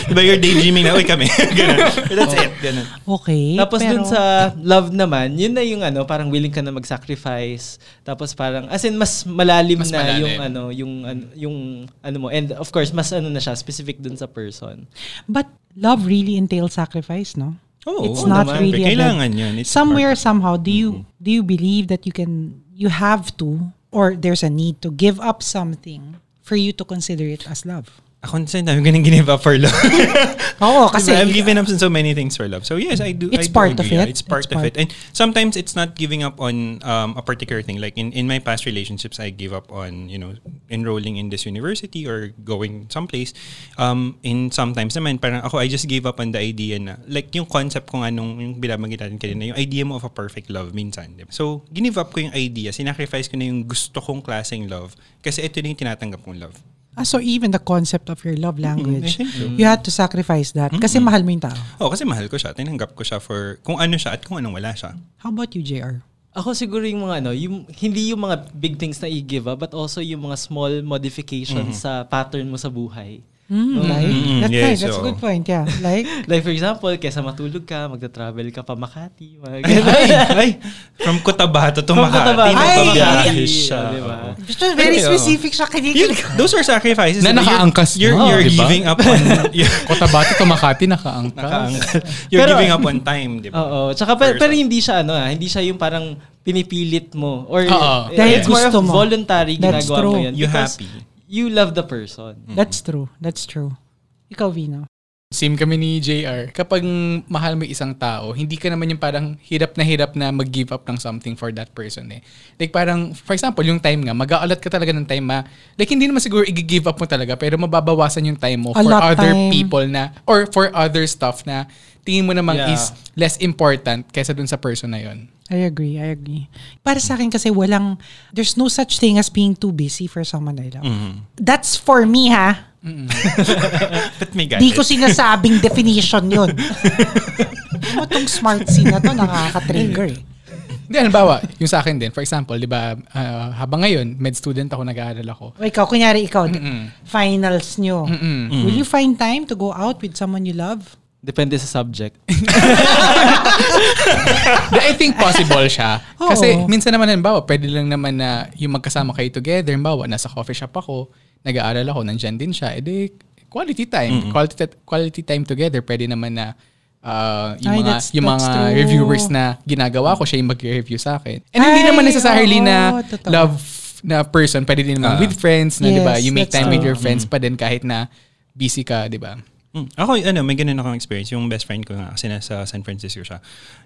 Speaker 3: diba you're daydreaming na, uy kami. ganun. That's it. Ganun.
Speaker 2: Okay.
Speaker 5: Tapos
Speaker 2: pero,
Speaker 5: dun sa love naman, yun na yung ano, parang willing ka na mag-sacrifice. Tapos parang as in mas malalim
Speaker 4: Mas
Speaker 5: na
Speaker 4: malalim.
Speaker 5: yung ano, yung ano, yung ano mo. And of course, mas ano na siya, specific dun sa person.
Speaker 2: But love really entails sacrifice, no?
Speaker 3: Oo,
Speaker 2: It's
Speaker 3: oo
Speaker 2: not
Speaker 3: naman.
Speaker 2: really a-
Speaker 3: Kailangan yun. It's
Speaker 2: Somewhere,
Speaker 3: part Mm-hmm.
Speaker 2: somehow, do you do you believe that you can, you have to, or there's a need to give up something for you to consider it as love?
Speaker 3: of- Ako sa dami ko nang ginive up for love.
Speaker 2: Oo,
Speaker 3: Diba?
Speaker 2: Oh, kasi...
Speaker 3: I've given up on so many things for love. So yes, I do.
Speaker 2: It's
Speaker 3: I do
Speaker 2: part of
Speaker 3: agree. Yeah,
Speaker 2: it.
Speaker 3: It's part
Speaker 2: It's
Speaker 3: of
Speaker 2: part-
Speaker 3: it. And sometimes it's not giving up on um, a particular thing. Like in, in my past relationships, I gave up on you know enrolling in this university or going someplace. Um, in sometimes naman parang ako I just gave up on the idea na like yung concept kung anong yung binabanggit natin kanina yung idea mo of a perfect love minsan. di ba? So ginive up ko yung idea. Sinacrifice ko na yung gusto kong klaseng love kasi ito na yung tinatanggap kong love.
Speaker 2: Ah, so even the concept of your love language,
Speaker 3: Mm-hmm. I think so.
Speaker 2: you had to sacrifice that kasi mahal mo yung tao.
Speaker 3: Oh, kasi mahal ko siya. Tinanggap ko siya for kung ano siya at kung anong wala siya.
Speaker 2: How about you, JR?
Speaker 5: Ako siguro yung mga ano, yung, hindi yung mga big things na i-give up, but also yung mga small modifications sa pattern mo sa buhay.
Speaker 2: Mm, like,
Speaker 3: Mm,
Speaker 2: that's
Speaker 3: yes,
Speaker 2: nice. That's a
Speaker 3: oo.
Speaker 2: good point. Yeah. Like,
Speaker 5: Like for example, kesa matulog ka, magta-travel ka pa Makati. Mga
Speaker 3: Ay,
Speaker 5: ganun.
Speaker 3: ay, ay. From Cotabato to
Speaker 5: From
Speaker 3: Makati.
Speaker 5: Cotabato.
Speaker 3: nagbabiyahe
Speaker 5: Ay!
Speaker 3: siya.
Speaker 5: Oh, diba?
Speaker 2: just very
Speaker 3: Pero,
Speaker 2: specific siya
Speaker 3: Yun,
Speaker 2: kinikilig.
Speaker 3: those are sacrifices.
Speaker 4: Na
Speaker 3: diba? You're-
Speaker 4: nakaangkas na,
Speaker 3: You're, you're
Speaker 4: diba?
Speaker 3: giving up on... You're,
Speaker 4: Cotabato to Makati, nakaangkas.
Speaker 3: you're
Speaker 5: Pero-
Speaker 3: giving up on time, di ba?
Speaker 5: Oo. Tsaka pa,
Speaker 3: Person.
Speaker 5: pero hindi siya ano ah, hindi siya yung parang pinipilit mo or
Speaker 4: Oo.
Speaker 5: eh,
Speaker 2: Dahil
Speaker 5: it's more of
Speaker 2: gusto mo.
Speaker 5: voluntary
Speaker 2: That's
Speaker 5: ginagawa mo
Speaker 2: true.
Speaker 5: yan.
Speaker 3: You
Speaker 5: because
Speaker 3: happy.
Speaker 5: You love the person.
Speaker 2: That's true. That's true. Ikaw, Vino.
Speaker 4: Same kami ni JR. Kapag mahal mo isang tao, hindi ka naman yung parang hirap na hirap na mag-give up ng something for that person eh. Like parang, for example, yung time nga, mag-aalat ka talaga ng time ma. Like hindi naman siguro i-give up mo talaga, pero mababawasan yung time mo
Speaker 2: A
Speaker 4: for
Speaker 2: lot
Speaker 4: other
Speaker 2: time.
Speaker 4: people na, or for other stuff na tingin mo namang
Speaker 5: Yeah.
Speaker 4: is less important kaysa dun sa person na yon.
Speaker 2: I agree. I agree. Para sa akin kasi walang, there's no such thing as being too busy for someone I love. That's for me, ha?
Speaker 3: Ba't may galit?
Speaker 2: Di ko sinasabing definition yun. Ano mo tong smart scene na to nakaka-trigger eh.
Speaker 4: Hindi, halimbawa, yung sa akin din, for example, di ba, ah, habang ngayon, med student ako, nag-aaral ako.
Speaker 2: O ikaw, kunyari ikaw, finals nyo. Will you find time to go out with someone you love?
Speaker 5: Depende sa subject.
Speaker 4: But I think possible siya.
Speaker 2: Oo.
Speaker 4: Kasi minsan naman, halimbawa, pwede lang naman na yung magkasama kayo together. Halimbawa, nasa coffee shop ako, nag-aaral ako, nandyan din siya. E di, quality time. Quality, quality time together. Pwede naman na ah, yung
Speaker 2: Ay,
Speaker 4: mga,
Speaker 2: that's-
Speaker 4: yung
Speaker 2: that's
Speaker 4: mga
Speaker 2: true.
Speaker 4: reviewers na ginagawa ko, siya yung mag-review sa akin. And
Speaker 2: Ay,
Speaker 4: hindi naman necessarily
Speaker 2: oo,
Speaker 4: na
Speaker 2: totoo.
Speaker 4: love na person, pwede din naman
Speaker 3: Ah.
Speaker 4: with friends, na 'di ba?
Speaker 2: Yes,
Speaker 4: You make
Speaker 2: that's
Speaker 4: time with
Speaker 2: true.
Speaker 4: your friends pa din kahit na busy ka, 'di ba?
Speaker 3: Mm. Ako, ano, may ganun akong experience. Yung best friend ko nga, kasi nasa San Francisco siya.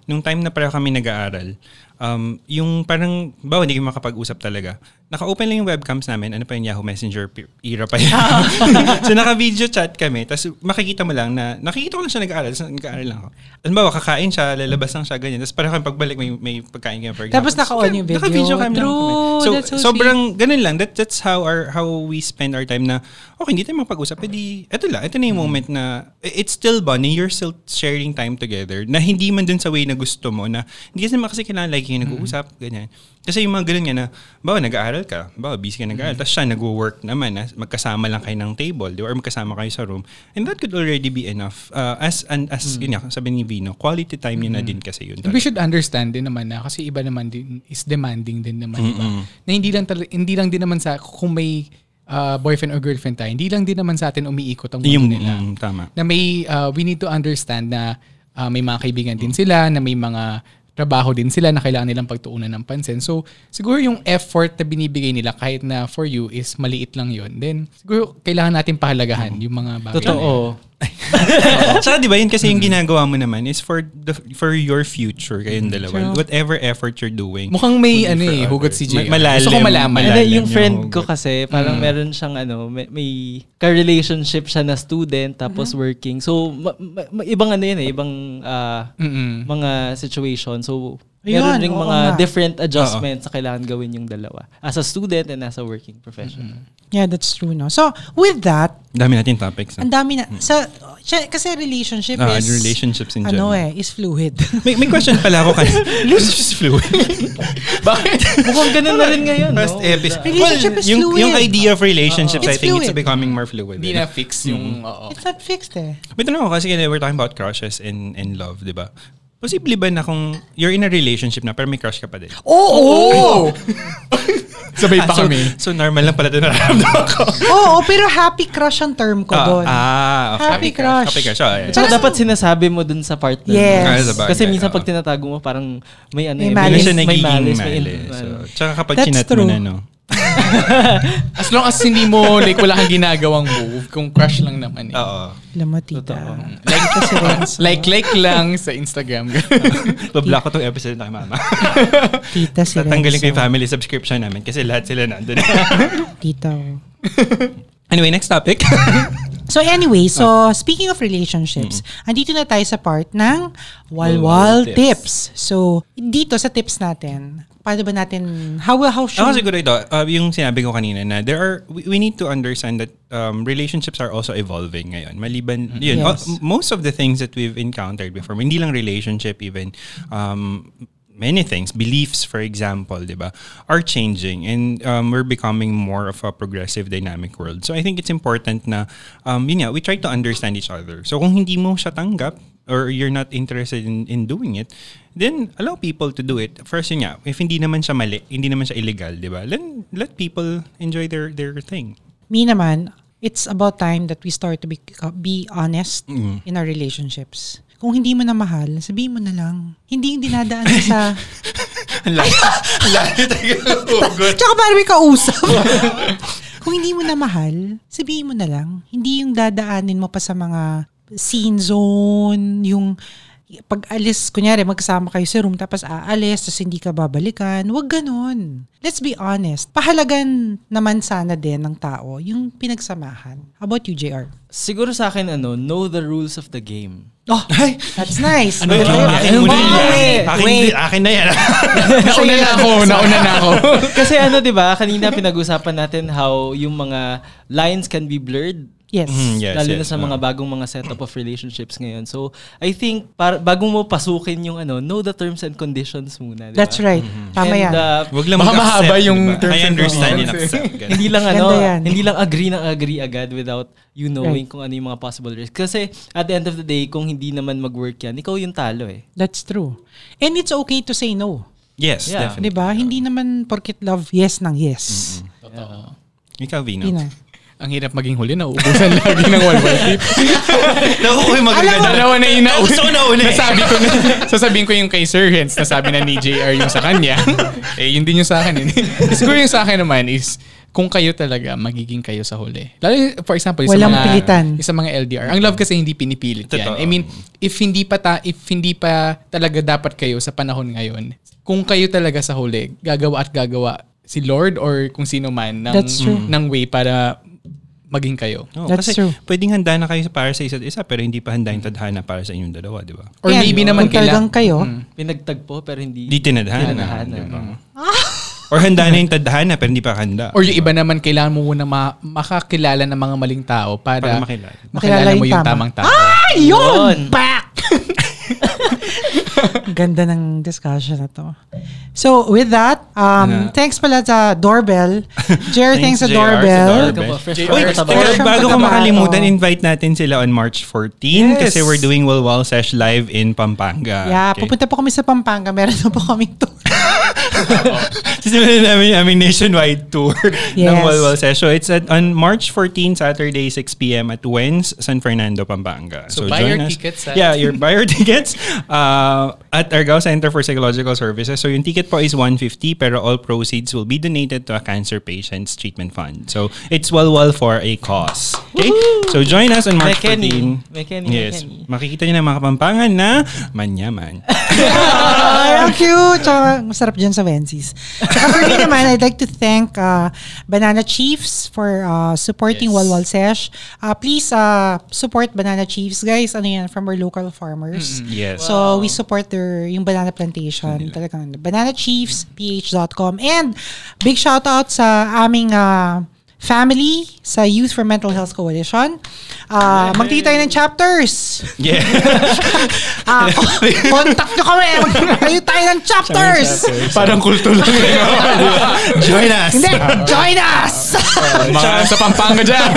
Speaker 3: Nung time na pareho kami nag-aaral, um, yung parang, bawa hindi kami makapag-usap talaga. Naka-open lang yung webcams namin. Ano pa yung Yahoo Messenger pe- era pa yun.
Speaker 2: Ah.
Speaker 3: so, naka-video chat kami. Tapos makikita mo lang na, nakikita ko lang siya nag-aaral. So, nag-aaral lang ako. Ano ba, kakain siya, lalabas lang siya, ganyan. Tapos pareho kami pagbalik, may, may pagkain kami, for example.
Speaker 2: Tapos naka-on yung video.
Speaker 3: Naka-video cam lang
Speaker 2: True,
Speaker 3: kami. So,
Speaker 2: that's so
Speaker 3: sobrang parang ganun lang. That, that's how our how we spend our time na, okay, hindi tayo mapag-usap. Pwede, eto lang, eto na yung moment na, i- it's still bonding, you're still sharing time together, na hindi man dun sa way na gusto mo, na hindi kasi naman kasi kailangan like yung nag-uusap, ganyan. Kasi yung mga ganun nga na, bawa nag-aaral ka, bawa busy ka nag-aaral, tapos siya nag-work naman, na magkasama lang kayo ng table, di ba? Or magkasama kayo sa room. And that could already be enough. Uh, as, and, as yun nga, sabi ni Vino, quality time yun na din kasi yun.
Speaker 4: And we should understand din naman na kasi iba naman din is demanding din naman, di ba? Na hindi lang tal- hindi lang din naman sa kung may ah, boyfriend or girlfriend tayo, hindi lang din naman sa atin umiikot ang mundo
Speaker 3: Yung,
Speaker 4: nila.
Speaker 3: mm, tama.
Speaker 4: na may uh, we need to understand na uh, may mga kaibigan din sila, na may mga trabaho din sila na kailangan nilang pagtuunan ng pansin. So, siguro yung effort na binibigay nila kahit na for you is maliit lang yon Then, siguro kailangan natin pahalagahan yung mga bagay.
Speaker 5: Totoo.
Speaker 3: Tsaka di ba yun kasi yung ginagawa mo naman is for the for your future kayong dalawa. Whatever effort you're doing.
Speaker 4: Mukhang may
Speaker 3: Would be
Speaker 4: ano
Speaker 3: for
Speaker 4: eh, hugot
Speaker 3: others.
Speaker 4: si JR.
Speaker 3: Ma- malalim.
Speaker 4: Gusto ko malaman.
Speaker 3: Malalim.
Speaker 5: Ano, yung
Speaker 3: yung
Speaker 5: friend ko
Speaker 3: hugot.
Speaker 5: kasi, parang meron siyang ano, may, may ka-relationship siya na student tapos working. So, ma- ma- ma- ibang ano yun eh, ibang ah,
Speaker 4: Mm-mm.
Speaker 5: mga situation. So,
Speaker 2: Ayun,
Speaker 5: meron ring
Speaker 2: oo
Speaker 5: mga
Speaker 2: nga.
Speaker 5: different adjustments na kailangan gawin yung dalawa. As a student and as a working professional.
Speaker 2: Yeah, that's true, no? So, with that,
Speaker 3: Dami natin topics.
Speaker 2: ang
Speaker 3: no?
Speaker 2: dami na, sa, siya- kasi relationship
Speaker 3: Mm. Ah,
Speaker 2: is,
Speaker 3: relationships in
Speaker 2: ano
Speaker 3: general.
Speaker 2: eh, is fluid.
Speaker 3: May, may question pala ako kanina. Loose fluid.
Speaker 4: Bakit?
Speaker 5: Mukhang ganun na rin ngayon, no?
Speaker 3: First episode.
Speaker 2: Relationship is
Speaker 3: yung,
Speaker 2: fluid.
Speaker 3: Yung idea of relationships,
Speaker 2: Oo.
Speaker 3: I think
Speaker 2: It's
Speaker 3: it's
Speaker 2: fluid.
Speaker 3: becoming more fluid. eh.
Speaker 4: Hindi na fix yung,
Speaker 3: Oh.
Speaker 4: oo.
Speaker 2: It's not fixed eh.
Speaker 3: May tanong ako kasi kanina we're talking about crushes and, and love, di ba? Posible ba na kung you're in a relationship na pero may crush ka pa din?
Speaker 2: Oo! Oo,
Speaker 4: Oh. Sabay
Speaker 3: Ah,
Speaker 4: pa
Speaker 3: so,
Speaker 4: kami.
Speaker 3: so normal lang pala ito nararamdaman ko.
Speaker 2: pero happy crush ang term ko doon.
Speaker 3: Ah, okay.
Speaker 2: Happy crush.
Speaker 3: Happy crush. ah, yeah.
Speaker 5: So, dapat sinasabi mo dun sa partner. mo.
Speaker 2: Yes.
Speaker 3: Ah, sa bagay,
Speaker 5: Kasi minsan
Speaker 3: oo.
Speaker 5: pag tinatago mo, parang may ano
Speaker 2: May
Speaker 5: eh,
Speaker 2: malice.
Speaker 3: Hindi na siya
Speaker 5: may
Speaker 3: nagiging
Speaker 5: malice,
Speaker 3: mali.
Speaker 5: may in-
Speaker 3: So,
Speaker 5: ano.
Speaker 3: tsaka kapag
Speaker 2: That's
Speaker 3: chinat
Speaker 2: true.
Speaker 3: mo na, no?
Speaker 4: As long as hindi mo, like, wala kang ginagawang move, kung crush lang naman eh.
Speaker 3: Oo.
Speaker 2: Alam mo, tita.
Speaker 5: Totoo.
Speaker 2: Like kasi Renzo.
Speaker 4: Like, like lang sa Instagram.
Speaker 3: Pablock ko tong episode na kay mama.
Speaker 2: Tita si
Speaker 3: Tatanggalin ko
Speaker 2: Renzo.
Speaker 3: yung family subscription namin kasi lahat sila nandun.
Speaker 2: Tita. oh.
Speaker 3: anyway, next topic.
Speaker 2: So anyway,
Speaker 3: Ah.
Speaker 2: so speaking of relationships, andito na tayo sa part ng walwal
Speaker 3: Mm. Walwal
Speaker 2: tips. So dito sa tips natin, paano ba natin how how
Speaker 3: Ako
Speaker 2: should
Speaker 3: siguro ito, uh, yung sinabi ko kanina na there are, we, we need to understand that um, relationships are also evolving ngayon. Maliban,
Speaker 2: Yes.
Speaker 3: yun, uh, m- most of the things that we've encountered before, hindi lang relationship even, um, many things, beliefs for example, di ba, are changing and um, we're becoming more of a progressive dynamic world. So I think it's important na, um, yun nga, we try to understand each other. So kung hindi mo siya tanggap, or you're not interested in, in doing it, then allow people to do it. First yun nga, if hindi naman siya mali, hindi naman siya illegal, di ba? Then let people enjoy their their thing.
Speaker 2: me naman, it's about time that we start to be be honest in our relationships. Kung hindi mo na mahal, sabihin mo na lang. Hindi yung dinadaan mo sa... Tsaka para may kausap. Kung hindi mo na mahal, sabihin mo na lang. Hindi yung dadaanin mo pa sa mga scene zone, yung pag alis, kunyari magkasama kayo sa room tapos aalis, tapos hindi ka babalikan. Huwag ganun. Let's be honest. Pahalagan naman sana din ng tao yung pinagsamahan. How about you, JR?
Speaker 5: Siguro sa akin, ano, know the rules of the game.
Speaker 2: Oh, that's nice.
Speaker 3: Ano yun? Akin
Speaker 5: Ano
Speaker 3: muna
Speaker 5: ba?
Speaker 3: yan.
Speaker 5: Wait,
Speaker 3: Akin,
Speaker 5: wait.
Speaker 3: akin na yan.
Speaker 4: nauna na ako, nauna na ako.
Speaker 5: Kasi ano, di ba, kanina pinag-usapan natin how yung mga lines can be blurred.
Speaker 2: Yes.
Speaker 4: Mm-hmm.
Speaker 3: Mm, yes,
Speaker 5: lalo na
Speaker 3: yes.
Speaker 5: sa mga bagong mga setup of relationships ngayon. So, I think para bago mo pasukin yung ano, know the terms and conditions muna, di ba?
Speaker 2: That's right.
Speaker 4: Mm-hmm.
Speaker 2: Tama
Speaker 5: And,
Speaker 2: yan.
Speaker 5: uh,
Speaker 3: Wag lang
Speaker 4: Baka
Speaker 3: mag-accept,
Speaker 4: mahaba
Speaker 3: di ba?
Speaker 4: yung
Speaker 3: I
Speaker 4: terms and
Speaker 3: understand
Speaker 4: conditions.
Speaker 3: and accept. Ganun.
Speaker 5: hindi lang ano,
Speaker 2: Ganda yan.
Speaker 5: hindi lang agree na agree agad without you
Speaker 2: Right.
Speaker 5: knowing kung ano yung mga possible risks. Kasi at the end of the day, kung hindi naman mag-work yan, ikaw yung talo eh.
Speaker 2: That's true. And it's okay to say no.
Speaker 3: Yes,
Speaker 5: Yeah.
Speaker 3: definitely.
Speaker 2: Di ba? Hindi naman porkit love, yes ng yes.
Speaker 3: Ikaw, Vino.
Speaker 2: Yun na.
Speaker 4: Ang hirap maging huli, nauubusan lagi ng walwal tip.
Speaker 3: Naku, uy, magaganda.
Speaker 4: Dalawa na yung nauwi.
Speaker 3: Gusto ko na uli.
Speaker 4: Nasabi ko na. Sasabihin ko yung kay Sir Hens, nasabi na ni JR yung sa kanya. eh, yun din yung sa akin. Eh. Siguro yung sa akin naman is, kung kayo talaga, magiging kayo sa huli. Lalo, yung- for example, yung sa
Speaker 2: Walang
Speaker 4: mga,
Speaker 2: pilitan.
Speaker 4: yung sa mga LDR. Ang love kasi hindi pinipilit yan.
Speaker 3: Totoo.
Speaker 4: I mean, if hindi pa ta, if hindi pa talaga dapat kayo sa panahon ngayon, kung kayo talaga sa huli, gagawa at gagawa si Lord or kung sino man ng,
Speaker 2: That's true.
Speaker 4: ng way para maging kayo.
Speaker 3: Oo,
Speaker 2: That's
Speaker 3: kasi
Speaker 2: true.
Speaker 3: pwedeng handa na kayo para sa isa't isa pero hindi pa handa yung tadhana para sa inyong dalawa, di ba?
Speaker 4: Or
Speaker 2: Yan,
Speaker 4: maybe naman
Speaker 2: kung talagang
Speaker 4: kaila-
Speaker 2: kayo.
Speaker 5: Pinagtagpo pero hindi. ah.
Speaker 3: Hindi tinadhana. ah.
Speaker 5: Tinadhana.
Speaker 3: di ba? Or handa na yung tadhana pero hindi pa handa.
Speaker 4: Or yung iba naman, kailangan mo muna ma- makakilala ng mga maling tao para,
Speaker 3: Para makilala.
Speaker 4: makilala mo yung tamang tao.
Speaker 2: Ayun!
Speaker 5: Yun.
Speaker 2: Ah, Back! Ganda ng discussion na to. So, with that, um, thanks pala sa doorbell. Jer, thanks,
Speaker 3: Thanks,
Speaker 2: sa
Speaker 3: JR, sa
Speaker 2: doorbell.
Speaker 3: doorbell.
Speaker 5: Welcome po, fresh
Speaker 3: Uy,
Speaker 5: water sa
Speaker 3: teka,
Speaker 5: bawal.
Speaker 2: Welcome
Speaker 3: bago
Speaker 2: to
Speaker 3: ko
Speaker 2: Tabaco.
Speaker 3: makalimutan, invite natin sila on March 14
Speaker 4: Yes.
Speaker 3: kasi we're doing Walwal Sesh live in Pampanga.
Speaker 2: Yeah,
Speaker 3: Okay.
Speaker 2: pupunta po kami sa Pampanga. Meron na po kaming tour.
Speaker 3: Sisimulan namin yung aming nationwide tour ng
Speaker 2: Yes.
Speaker 3: Walwal Sesh. So it's at, on March 14, Saturday, 6 p.m. at Wens, San Fernando, Pampanga.
Speaker 4: So buy your tickets at-
Speaker 3: Yeah, your buy your tickets uh, at Argao Center for Psychological Services. So yung ticket po is 150 pero all proceeds will be donated to a cancer patient's treatment fund. So it's Walwal for a cause. Okay? So join us on March
Speaker 5: May Kenny.
Speaker 3: 14.
Speaker 5: May Kenny, may
Speaker 3: Yes.
Speaker 5: Kenny.
Speaker 3: Makikita niyo na mga kapampangan na manyaman.
Speaker 2: Ay, ang cute! Tsaka, masarap dyan sa Wensy's. Tsaka for me naman, I'd like to thank uh, Banana Chiefs for uh, supporting
Speaker 3: Yes.
Speaker 2: Walwal Sesh. Uh, please uh, support Banana Chiefs, guys. Ano yan, from our local farmers.
Speaker 3: Yes.
Speaker 2: So, we support their, yung banana plantation. Talagang, bananachiefsph.com. And, big shout out sa aming uh, family sa Youth for Mental Health Coalition. Uh, Magkita tayo ng chapters.
Speaker 3: Yeah.
Speaker 2: Ah, contact nyo kami. Magkayo tayo ng chapters.
Speaker 4: Parang kulto lang.
Speaker 3: Join us.
Speaker 2: Hindi, join us!
Speaker 4: mga sa Pampanga dyan.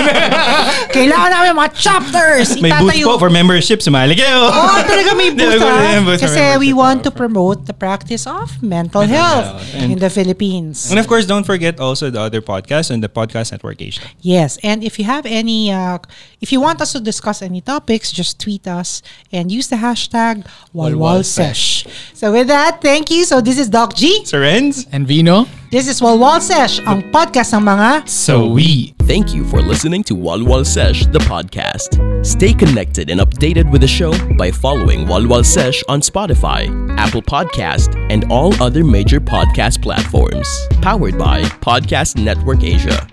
Speaker 2: Kailangan namin mga chapters.
Speaker 3: May booth
Speaker 2: Itatayo-
Speaker 3: po for membership. Sumali kayo.
Speaker 2: Oo, talaga may
Speaker 3: Hindi,
Speaker 2: booth
Speaker 3: may
Speaker 2: ah.
Speaker 3: booth for
Speaker 2: Kasi we
Speaker 3: membership.
Speaker 2: want to promote the practice of mental health
Speaker 3: health.
Speaker 2: in the Philippines.
Speaker 3: And of course, don't forget also the other podcasts and the Podcast Network Asia.
Speaker 2: Yes, and if you have any, uh, if you want us to discuss any topics, just tweet us and use the hashtag WalWalSesh. So with that, thank you. So this is Doc G.
Speaker 3: Sirens?
Speaker 4: And Vino?
Speaker 2: This is WalWalSesh, ang podcast ng mga
Speaker 3: So we.
Speaker 1: Thank you for listening to Walwal Sesh, the podcast. Stay connected and updated with the show by following Walwal Sesh on Spotify, Apple Podcast, and all other major podcast platforms. Powered by Podcast Network Asia.